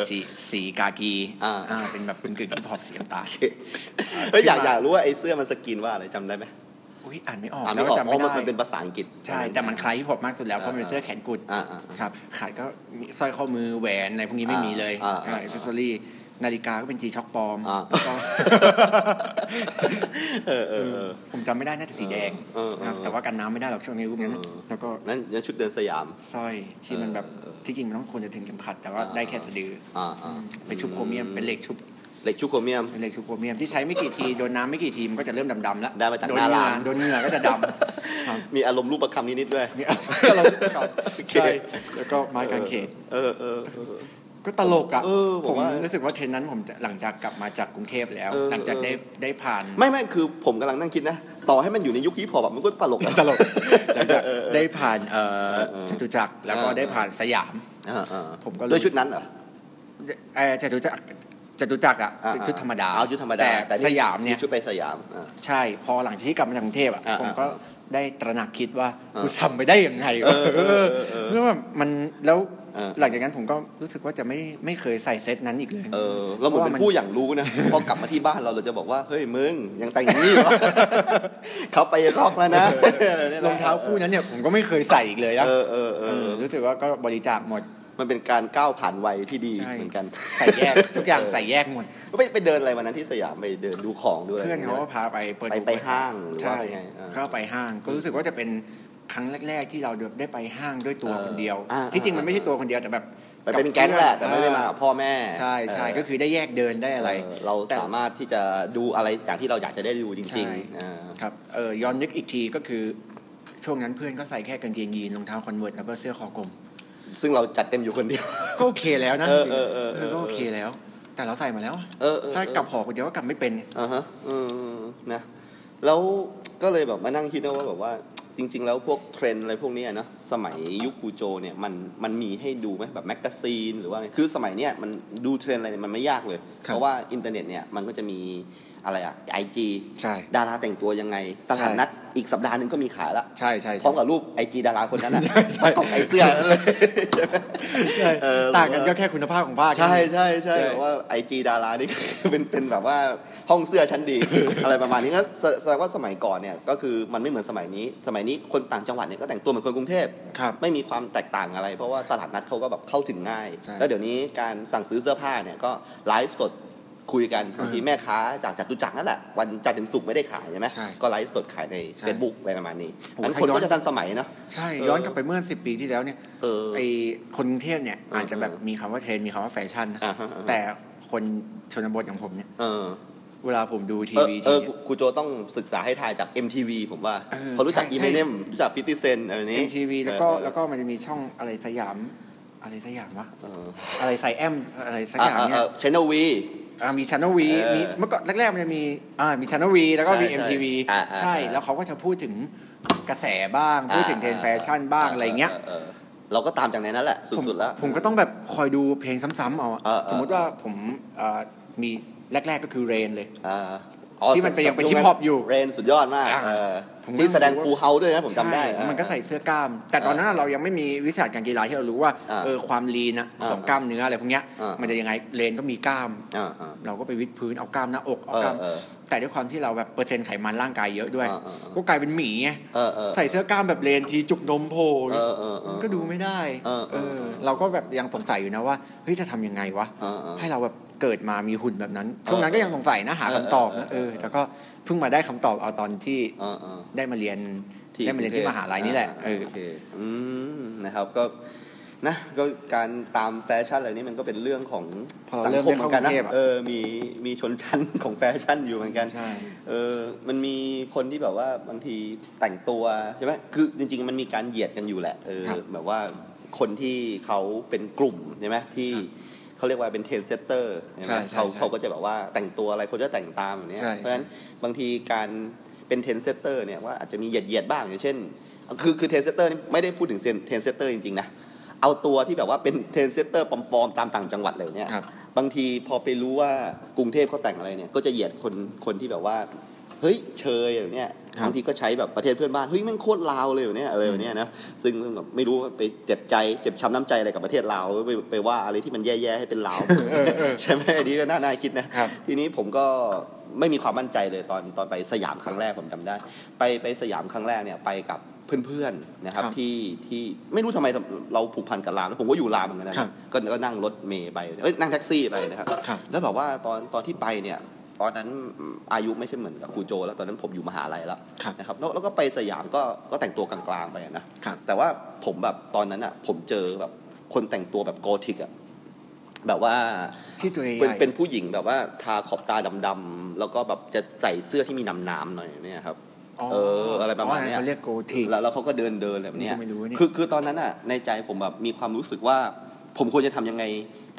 C: สีสีกากี
B: อ่า
C: อ่าเป็นแบบกึ่งกึ่งฮิปฮอปสีน้ำตาล
B: เฮ้ยอยากอยากรู้ว่าไอ้เสื้อมันสกินว่าอะไรจำได้ไหม
C: อุ้ยอ่านไม่ออก
B: อ่าน
C: แล้
B: ไม่
C: ว
B: ออก
C: จำ
B: เพ
C: ไม่
B: ราะ
C: ได้
B: มันเป็นภาษาอังกฤษ
C: ใช่ แต่มันคล้ายฮิปฮอปมากสุดแล้วเพราะมันเป็นเสื้อแขนกุด
B: อ่าอ่าอ่า
C: ครับขาดก็มีสร้อยข้อมือแหวนอะไรพวกนี้ไม่มีเลย
B: อ่าอ่าอ่า
C: อิสซอรี่นาฬิกาก็เป็นจีช็อคปลอม
B: อ่า
C: แล้วก็ *laughs*
B: เออเออเออ
C: ผมจำไม่ได้น่าจะสีแดง
B: เออเออ
C: นะครับแต่ว่ากันน้ำไม่ได้หรอกช่วงนี้รูปนั้นนะ
B: เออ
C: แล้วก็
B: นั่นนั่นชุดเดินสยาม
C: สร้อยที่มันแบบ
B: เออเออ
C: ที่จริงมันต้องควรจะถึงเข็มขัด แต่ว่า
B: อ่า
C: ได้แค่สะดือ
B: อ่าอ่า
C: เป็นชุบโครเมียมเป็นเหล็กชุบ
B: เหล็กชุบโครเมียม
C: เป็นเหล็กชุบโครเมียมที่ใช้ไม่กี่ทีโดนน้ำไม่กี่ทีมันก็จะเริ่มดำๆแล้ว
B: ได้มาจาก
C: โด
B: ห
C: น
B: น้า
C: เหงื่
B: ร้า
C: อน โดนเหงื่อก็
B: *laughs*
C: จะดำครับ
B: มีอารมณ์รูปประคำ
C: *laughs*
B: นิดนิดๆด้วย
C: เนี่ยเราครับ
B: โอเค
C: ใช่แล้วก็ไม้กางเขน
B: เออเออเออ
C: ก็ตลกอ่ะ
B: เออผ
C: ผม ม
B: ว่า
C: รู้สึกว่าเทรนด์นั้นผมจะหลังจากกลับมาจากกรุงเทพแล้ว
B: เออ
C: หลังจากได้ได้ผ่าน
B: ไม่ไม่คือผมกำลังนั่งคิดนะ ต่อให้มันอยู่ในยุคฮิปฮอปอะมันก็ตลกอะ
C: ตลกหลังจากได้ผ่านเอ่อ
B: เออ
C: จตุจักรแล้วก็
B: เออ
C: ได้ผ่านสยาม
B: อ่าอ่า
C: ผมก็เลย
B: ด้วยชุดนั้นเหรอ
C: เอ่อจตุจักรจตุจักรอ่ะ
B: อ่า
C: เป็นชุดธรรมดา
B: เอาชุดธรรมดา
C: แต่สยามเนี่ย
B: ชุดไปสยามอ่า
C: ใช่พอหลังจากที่กลับมาจากกรุงเทพอ่ะ
B: อ่า
C: ผมก็ได้ตระหนักคิดว่า
B: อ่า
C: กูทำไปได้ยังไงวะ
B: เออเออเออ
C: เมื่อแบบมันแล้ว
B: อ่า
C: หลังจากนั้นผมก็รู้สึกว่าจะไม่ไม่เคยใส่เซตนั้นอีกเลย
B: เออเราเหมือนเป็นผู้อย่างรู้นะ พอกลับมาที่บ้านเราเราจะบอกว่า เฮ้ยมึงยังแต่ง
C: *laughs*
B: อย่างนี้วะ เขาไปล็อกแล้วนะ
C: รองเท้าคู่นั้นเนี่ยผมก็ไม่เคยใส่อีกเลยนะ
B: เออเออเออ
C: เออรู้สึกว่าก็บริจาคหมด
B: มันเป็นการก้าวผ่านวัยที่ดี
C: ใช่
B: เหมือนกัน
C: ใส่แย
B: *laughs*
C: ก ทุกอย่างใส่แยกหมด
B: ไปไปเดินอะไรวันนั้นที่สยามไปเดินดูของด้วย
C: เพื่อนเขาก็พาไปเปิด
B: ไป
C: ดู
B: ไปห้างหรือ
C: ใช่
B: ว่าไปไงอ่า
C: ก็ไปห้าง ก็รู้สึกว่าจะเป็นครั้งแรก ๆ ที่เราได้ไปห้างด้วยตัว
B: เออ
C: คนเดียว
B: อ่า
C: ที่จริงมัน
B: อ่า
C: ไม่ใช่ตัวคนเดียวแต่แบบ
B: ไปเป็นแก๊งแหละแต่ไม่ได้มา
C: กั
B: กั
C: บบเพื่อน
B: พ่อแม่
C: ใช่ใช่
B: เ
C: ก็คือได้แยกเดินได้อะไร
B: เออเรา
C: แต่
B: สามารถที่จะดูอะไรอย่างที่เราอยากจะได้ดูจ
C: ใช่
B: ริงๆอ่า
C: ครับเออย้อนนึกอีกทีก็คือช่วงนั้นเพื่อนก็ใส่แค่กางเกงยีนรองเท้าคอนเวิร์ตแล้วก็เสื้อคอกลม
B: ซึ่งเราจัดเต็มอยู่คนเดียว
C: ก็โอเคแล้วนะ
B: เออ
C: จริงๆ
B: เออเออ
C: เออก็โอเคแล้ว แต่เราใส่มาแล้ว
B: เออเออ
C: ถ้ากลับหอคนเดียวก็กลับไม่เป็น
B: อ่าฮะเออนะ แล้วก็เลยแบบมานั่งคิดนะว่าแบบว่าจริง ๆ แล้วพวกเทรนด์อะไรพวกเนี้ยเนอะสมัยยุคกูโจเนี่ยมันมันมีให้ดูไหมแบบแมกกาซีนหรือว่าอะไรคือสมัยเนี้ยมันดูเทรนด์อะไรเนี่ยมันไม่ยากเลย เพราะว่าอินเทอร์เน็ตเนี่ยมันก็จะมีอะไรอะไอจี
C: ใช่
B: ดาราแต่งตัวยังไงตลาดนัดอีกสัปดาห์หนึงก็มีขายละ
C: ใช่ใช่
B: พร้อม
C: ใช่
B: กับรูปไอจีดาราคนนั้นอะป
C: ใช่
B: ระกอบไอเสื้อนั่นเลย
C: ใช่
B: เออ
C: ต่างกันก็แค่คุณภาพของผ้าแค่
B: ใช่
C: นั้น
B: ใช่ใช่
C: ใช่
B: แบบว่าไอจีดารานี่ *laughs* เป็นเป็นแบบว่าห้องเสื้อชั้นดี *laughs* อะไรประมาณนี้ก็แสแสดงว่าสมัยก่อนเนี่ยก็คือมันไม่เหมือนสมัยนี้ สมัยนี้คนต่างจังหวัดเนี่ยก็แต่งตัวเหมือนคนกรุงเทพ
C: ครับ
B: ไม่มีความแตกต่างอะไร เพราะว่าตลาดนัดเขาก็แบบเข้าถึงง่าย
C: ใช่
B: แล้วเดี๋ยวนี้การสั่งซื้อเสื้อผ้าเนี่ยก็ไลฟ์สดคุยกันบางทีแม่ค้าจากจัตุจักรนั่นแหละวันจันทร์ถึงศุกร์ไม่ได้ขายใช่ไหม
C: ใช่
B: ก็ไลฟ์สดขายใน
C: ใช่
B: Facebook อะไรประมาณนี้
C: โอ้โห
B: นั้นคน
C: ใครย้อน
B: ก็จะทันสมัยเนาะ
C: ใช่
B: เออ
C: ย้อนกลับไปเมื่อสิบปีที่แล้วเนี่ย
B: เออ
C: ไอคนกรุงเทพเนี่ย
B: เอออ
C: อาจจะแบบมีคำว่าเทรนด์มีคำว่าแฟชั่นนะ
B: อ่าฮะอ่าฮะ
C: แต่คนชนบทอย่างผมเนี่ย
B: เออ
C: เวลาผมดูที
B: เออ
C: วี
B: เอ
C: ที
B: อ
C: เนี่ย
B: ครูโจต้องศึกษาให้ทายจาก MTV ผมว่า
C: เออ
B: เขารู้จัก
C: ใช่
B: อี
C: ใช่
B: เมเนมรู้จักฟิติเซนอะไรนี้
C: MTV แล้วก็แล้วก็มันจะมีช่องอะไรสยามอะไรสยามวะอะไรไซแอมอะไรสักอย่างเนี่ย
B: ชแนลวี
C: อ่ามีช n น e วี
B: เออ
C: มีเมื่อก่อนแรกๆมันจะมีอ่ามีช n น e วีแล้วก็มี
B: ใช่
C: MTV
B: อ่าอ่า
C: ใช่
B: อ่า
C: แล้วเขาก็จะพูดถึงกระแสบ้าง พูดถึงเทรนด์แฟชั่นบ้างอะไรเงี้ย
B: เราก็ตามจากในนั้นแหละ
C: ผม
B: สุดๆแล้ว
C: ผมก็ต้องแบบคอยดูเพลงซ้ำๆเอาอะ
B: เออเออ
C: สมมติว่าผมเอ่อมีแรกๆก็คือเรนเลย
B: อ่า
C: ที่มันเป็นยังเป็น hip hop อยู่
B: เรนสุดยอดมาก
C: อ่า
B: เออ
C: ผมก็
B: ที่แสดงฟูเฮาด้วยนะผมจำได้
C: ใช่มันก็ใส่เสื้อกล้าม แต่ตอนนั้นอะเรายังไม่มีวิชาการกีฬาที่เรารู้ว่า
B: อ่า
C: เออความลีนอะ
B: อ่า
C: ของกล้ามเนื้ออะไรพวกเนี้ย
B: อ่ามั
C: มันจะยังไงเรนก็มีกล้าม
B: อ่าอ่า
C: เราก็ไปวิดพื้นเอากล้ามหน้าอกเอา
B: เออก
C: ล้าม
B: เออ
C: แต่ด้วยความที่เราแบบเปอร์เซ็นต์ไขมันร่างกายเยอะด้วย
B: อ่าอ่าอ่า
C: ก็กลายเป็นหมีไง
B: เออเออ
C: ใส่เสื้อกล้ามแบบเลนทีจุกนมโผล่
B: เออเออเออ
C: ก็ดูไม่ได้
B: เออเออ
C: เออเราก็แบบยังสงสัยอยู่นะว่าเฮ้ยจะทำยังไงวะ
B: เออเออ
C: ให้เราแบบเกิดมามีหุ่นแบบนั้นช่วงนั้นก็ยังสงสัยนะหา
B: เออ
C: คำตอบนะ
B: เอ
C: เอ
B: อ
C: อ
B: เออ
C: แต่ก็เพิ่งมาได้คำตอบเอาตอนที่
B: เออเออ
C: ได้มาเรียน
B: ที่
C: ได้มาเรียนที่มหาลัยนี่แหละ
B: อ่า
C: เออ
B: โอเคอืมนะครับก็นะก็การตามแฟชั่นอะไรนี่มันก็เป็นเรื่องของ
C: พอเรา
B: สัง
C: เริ่ม
B: คมเหมือนกันนะ
C: ได้เข้ากรุงเทพอะ
B: เออมีมีชนชั้น ของแฟชั่นอยู่เหมือนกัน
C: ใช่
B: เออมันมีคนที่แบบว่าบางทีแต่งตัวใช่ไหมคือจริง ๆ มันมีการเหยียดกันอยู่แหละเออ
C: ครับ
B: แบบว่าคนที่เขาเป็นกลุ่มใช่ไหมที่เขาเรียกว่าเป็นเทรนเซตเตอร์ใช่ไหม
C: ใช่ใช่
B: เขา
C: ใช่
B: เขาก็จะแบบว่าแต่งตัวอะไรคนจะแต่งตามอย่างเนี้ย
C: ใช่
B: เพราะฉะนั้น บางทีการเป็นเทรนเซตเตอร์เนี่ยว่าอาจจะมีเหยียดๆบ้างอย่างเช่น คือคือเทรนเซตเตอร์นี่ไม่ได้พูดถึงเทรนเซตเตอร์จริงๆนะเอาตัวที่แบบว่าเป็นเทรนเซตเตอร์ปลอมๆตามต่างจังหวัดเลยเนี่ย
C: ครับ
B: บางทีพอไปรู้ว่ากรุงเทพเขาแต่งอะไรเนี่ยก็จะเหยียดคนคนที่แบบว่าเฮ้ยเชยอย่างเนี้ย
C: ครับ
B: บางทีก็ใช้แบบประเทศเพื่อนบ้านเฮ้ยแมันโคตรลาวเลยอย่างเนี้ยอะไรอย่างเนี้ยนะซึ่งซึ่งแบบไม่รู้ว่าไปเจ็บใจเจ็บช้ำน้ำใจอะไรกับประเทศลาวไปไปว่าอะไรที่มันแย่ๆให้เป็นลาว
C: *laughs*
B: ใช่ไหมอันนี้ก็น่าน่าคิดนะ
C: ครับ
B: ทีนี้ผมก็ไม่มีความมั่นใจเลยตอนตอนไปสยามครั้งแรกผมจำได้ ไปไปสยามครั้งแรกเนี่ยไปกับเพื่อนๆนะครับ
C: ครับ
B: ที่ที่ไม่รู้ทำไมเราผูกพันกับรามนะผมก็อยู่รามเหมือนกันนะครับ ก็ก็นั่งรถเมย์ไปเอ้ยนั่งแท็กซี่ไปนะครับ
C: ครับ
B: แล้วแบบว่าตอนตอนที่ไปเนี่ยตอนนั้นอายุไม่ใช่เหมือนกับครูโจ แล้วตอนนั้นผมอยู่มหาลัยแล้ว
C: ครับ
B: นะครับแล้วแล้วก็ไปสยามก็ก็แต่งตัวกลางๆไปนะ
C: ครับ
B: แต่ว่าผมแบบตอนนั้นอ่ะผมเจอแบบคนแต่งตัวแบบโกธิกอ่ะแบบว่า
C: ที่ตัวใหญ่
B: เป็นเป็นผู้หญิงแบบว่าทาขอบตาดำๆแล้วก็แบบจะใส่เสื้อที่มีน้ำๆหน่อยเนี่ยครับ เอออะไรประมาณเนี้ย
C: เขาเรียกโกธิ
B: แล้วแล้วเขาก็เดินเดินแบบเนี้ย
C: ไม่รู้ไม่รู้เนี่ย
B: คือคือตอนนั้นอ่ะในใจผมแบบมีความรู้สึกว่า ผมควรจะทำยังไง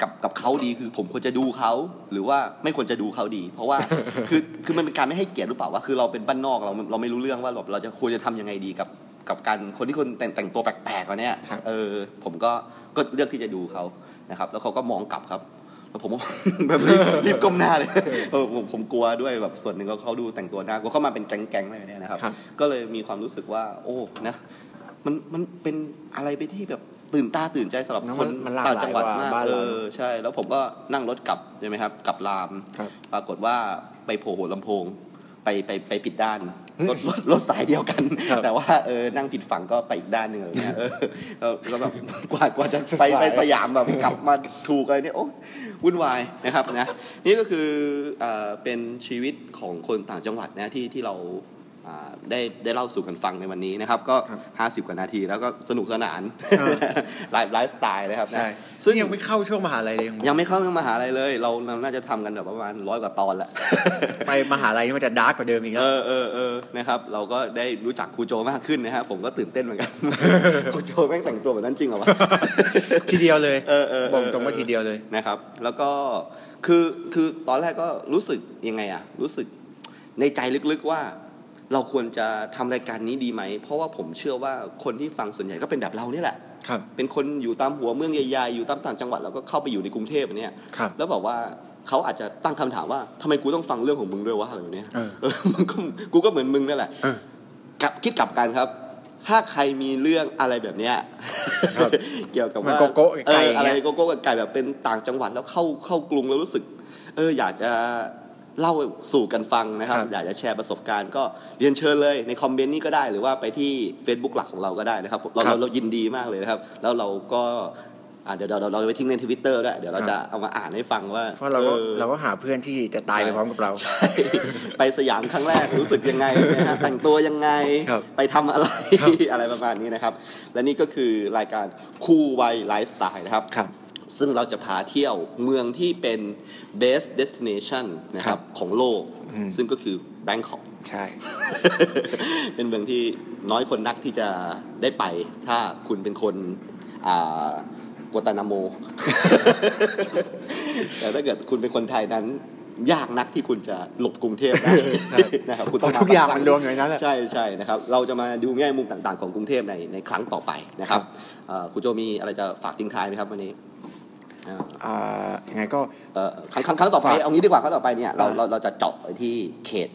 B: กับกับเขาดีคือ ผมควรจะดูเขาหรือว่าไม่ควรจะดูเขาดี เพราะว่า *laughs* คือคือมันเป็นการไม่ให้เกียรติหรือเปล่าวะคือเราเป็นบ้านนอกเราเราไม่รู้เรื่องว่าเราเราจะควรจะทำยังไงดีกับกับการคนที่คนแต่งแต่งตัวแปลกๆเขาเนี่ย
C: ครับ
B: เออผมก็ก็เลือกที่จะดูเขานะครับ แล้วเขาก็มองกลับครับ แล้วผมก็ *laughs* แบบ
C: *laughs*
B: รีบรีบก้มหน้าเลย เออผมผมกลัวด้วยแบบส่วนหนึ่งก็เขาดูแต่งตัวหน้ากลัวเข้ามาเป็นแก๊งๆอะไรแบบเนี้ยนะครับ
C: ครับ
B: ก็เลยมีความรู้สึกว่า โอ้นะมันมันเป็นอะไรไปที่แบบตื่นตาตื่นใจสำหรับ
C: แล้ว
B: ค
C: มัน นมันหลาก
B: ต่างจังหวัด
C: หลายกว่าม
B: าก
C: บ้าน
B: เอ
C: เรา
B: อใช่ แล้วผมก็นั่งรถกลับใช่ไหมครับกลับราม
C: ครับ
B: ปรากฏว่าไปโผล่หัวลำโพง ไปไปไปผิดด้าน
C: อืม
B: รถรถรถสายเดียวกัน
C: ครับ
B: แต่ว่าเออนั่งผิดฝั่งก็ไปอีกด้านหนึ่งอะไร
C: *laughs*
B: เลยเออแล้วแล้วแบบกว่ากว่าจะไปไป
C: สาย
B: สยามแบบกลับมาถูกอะไรเนี่ยโอ้ วุ่นวายนะครับนะนี่ก็คือเอ่อเป็นชีวิตของคนต่างจังหวัดนะที่ที่เราอ่าได้ได้เล่าสู่กันฟังในวันนี้นะครับ ก็
C: ครับ
B: 50 กว่านาทีแล้วก็สนุกสนาน
C: เออ
B: *laughs* ไลฟ์ไลฟ์สไตล์นะครับ
C: ใช่
B: นะ
C: ซึ่
B: ซึ่
C: ง
B: ง
C: ยังไม่เข้าช่วงมหาลัยเลยของผม
B: ยังไม่เข้าเรื่องมหาลัยเลย เราเราน่าจะทำกันแบบประมาณร้อยกว่าตอนละ
C: ไปมหาลัยนี่มันจะดาร์กกว่าเดิมอีกแล้
B: เอ
C: ว
B: อเออเออนะครับ เราก็ได้รู้จักครูโจมากขึ้นนะฮะผมก็ตื่นเต้นเหมือนกัน ครูโจแม่งแต่งตัวแบบนั้นจริงเหรอวะ *laughs*
C: ทีเดียวเลย
B: เออเออเออ
C: บอกตรงว่าทีเดียวเลย
B: นะครับ แล้วก็คือคือตอนแรกก็รู้สึกยังไงอะรู้สึกในใจลึกๆว่า เราควรจะทำรายการนี้ดีไหม เพราะว่าผมเชื่อว่าคนที่ฟังส่วนใหญ่ก็เป็นแบบเราเนี่ยแหละ
C: ครับ
B: เป็นคนอยู่ตามหัวเมืองใหญ่ๆ อยู่ตามต่างจังหวัดแล้วก็เข้าไปอยู่ในกรุงเทพเนี่ย
C: ครับ
B: แล้วบอกว่าเขาอาจจะตั้งคำถามว่าทำไมกูต้องฟังเรื่องของมึงด้วยวะอะไรแบบเนี้ย
C: เออ
B: เอ *laughs* อมันก็กูก็เหมือนมึงนั่นแหละ
C: เออ
B: กลับคิดกลับกันครับ ถ้าใครมีเรื่องอะไรแบบเนี้ย
C: ครับ
B: *laughs* เกี่ยวกับ
C: มัน
B: ว่า
C: โกโก้ไก่
B: เออ
C: อย่างเงี้ย
B: อะไรโกโก้ไก่แบบเป็นต่างจังหวัดแล้วเข้าเข้ากรุงแล้วรู้สึก เอออยากจะเล่าสู่กันฟังนะครับ
C: ครับ
B: อยากจะแชร์ประสบการณ์ก็เรียนเชิญเลยในคอมเมนต์นี้ก็ได้หรือว่าไปที่ Facebook หลักของเราก็ได้นะครับ เรา
C: ครั
B: เรา
C: บ
B: เรายินดีมากเลยนะครับ แล้วเราก็อ่ะเดี๋ยวเราเราเราไปทิ้งในทวิตเตอร์ด้วยเดี๋ยวเรา
C: ครับ
B: จะเอามาอ่านให้ฟังว่า
C: เพราะเราก็
B: ออ
C: เราก็หาเพื่อนที่จะตายไปพร้อมกับเรา
B: ใช่ไปสยามครั้งแรกรู้สึกยังไงนะฮะแต่งตัวยังไง
C: ครับ
B: ไปทำอะไร
C: ครับ
B: อะไรประมาณนี้นะครับ และนี่ก็คือรายการคู่วัยไลฟ์สไตล์นะครับ
C: ครับ
B: ซึ่งเราจะพาเที่ยวเมืองที่เป็น best destination นะค
C: ครั
B: รับบของโลก
C: อืม
B: ซึ่งก็คือแบงคอก
C: ใช่
B: *laughs* เป็นเมืองที่น้อยคนนักที่จะได้ไป ถ้าคุณเป็นคนอ่ากัวตานาโม *laughs* แต่ถ้าเกิดคุณเป็นคนไทยนั้น ยากนักที่คุณจะหลบกรุงเทพได้
C: ใช่
B: นะครับคุณต้อง
C: เพราะทุกอย่างมันรวมอยู่ในนั้นแหละ
B: ใช่ใช่นะครับ เราจะมาดูแง่มุมต่างๆของกรุงเทพในในครั้งต่อไปนะครับ
C: ครับ
B: เอ่อคุณโจมีอะไรจะฝากทิ้งท้ายไหมครับวันนี้อ่า
C: อ่ายังไงก็
B: เอ่อครั้งครั้งครั้งต่อไป
C: ฝาก
B: เอางี้ดีกว่าครั้งต่อไปเนี่ยเรา
C: อ่า
B: เราเราจะเจาะไปที่เขต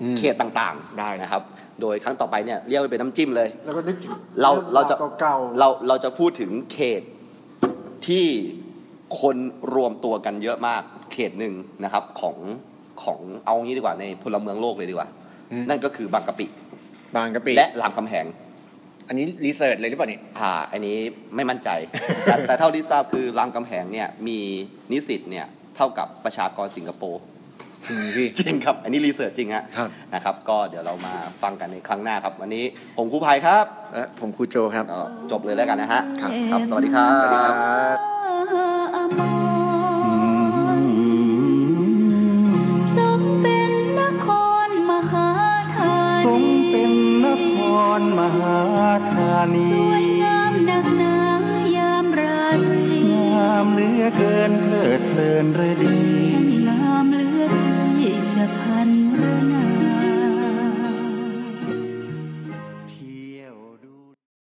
C: อืม
B: เขตต่างๆ
C: ได้
B: นะครับ โดยครั้งต่อไปเนี่ยเรียกว่าเป็นน้ำจิ้มเลย
A: แล้วก็นึกถึง
B: เรา
A: อง
B: เราจะ
A: วเก่าๆ
B: เราเราจะพูดถึงเขตที่คนรวมตัวกันเยอะมากเขตหนึ่งนะครับของของเอางี้ดีกว่าในพลเมืองโลกเลยดีกว่า
C: อืม
B: นั่นก็คือบางกะปิ
C: บางกะปิ
B: และรามคำแหง
C: อันนี้รีเสิร์ชเลยหรือเปล่าเนี่ย
B: อ่าอันนี้ไม่
C: *laughs*
B: มั่นใจ แต่แต่เท่าที่ทราบคือรามคำแหงเนี่ยมีนิสิตเนี่ยเท่ากับประชากรสิงคโปร์
C: จริงพี่
B: จริงครับ อันนี้รีเสิร์ชจริงฮะ
C: ครับ
B: นะครับ ก็เดี๋ยวเรามาฟังกันในครั้งหน้าครับ วันนี้ผมครูภัยครับ
C: และผมครูโจครับ
B: ก็จบเลยแล้วกันนะฮะ
C: ครับ
B: ครับ สวัสดีครับ
D: สมเป็นนครมหาธา
E: สม
D: นี
E: เป็นนครมหาธานี
D: สวยงามดักหนายามราตรี
E: งามเหลือเกินเพลิดเพลินเรือดี
D: ช่างงามเหลือที่จะพันร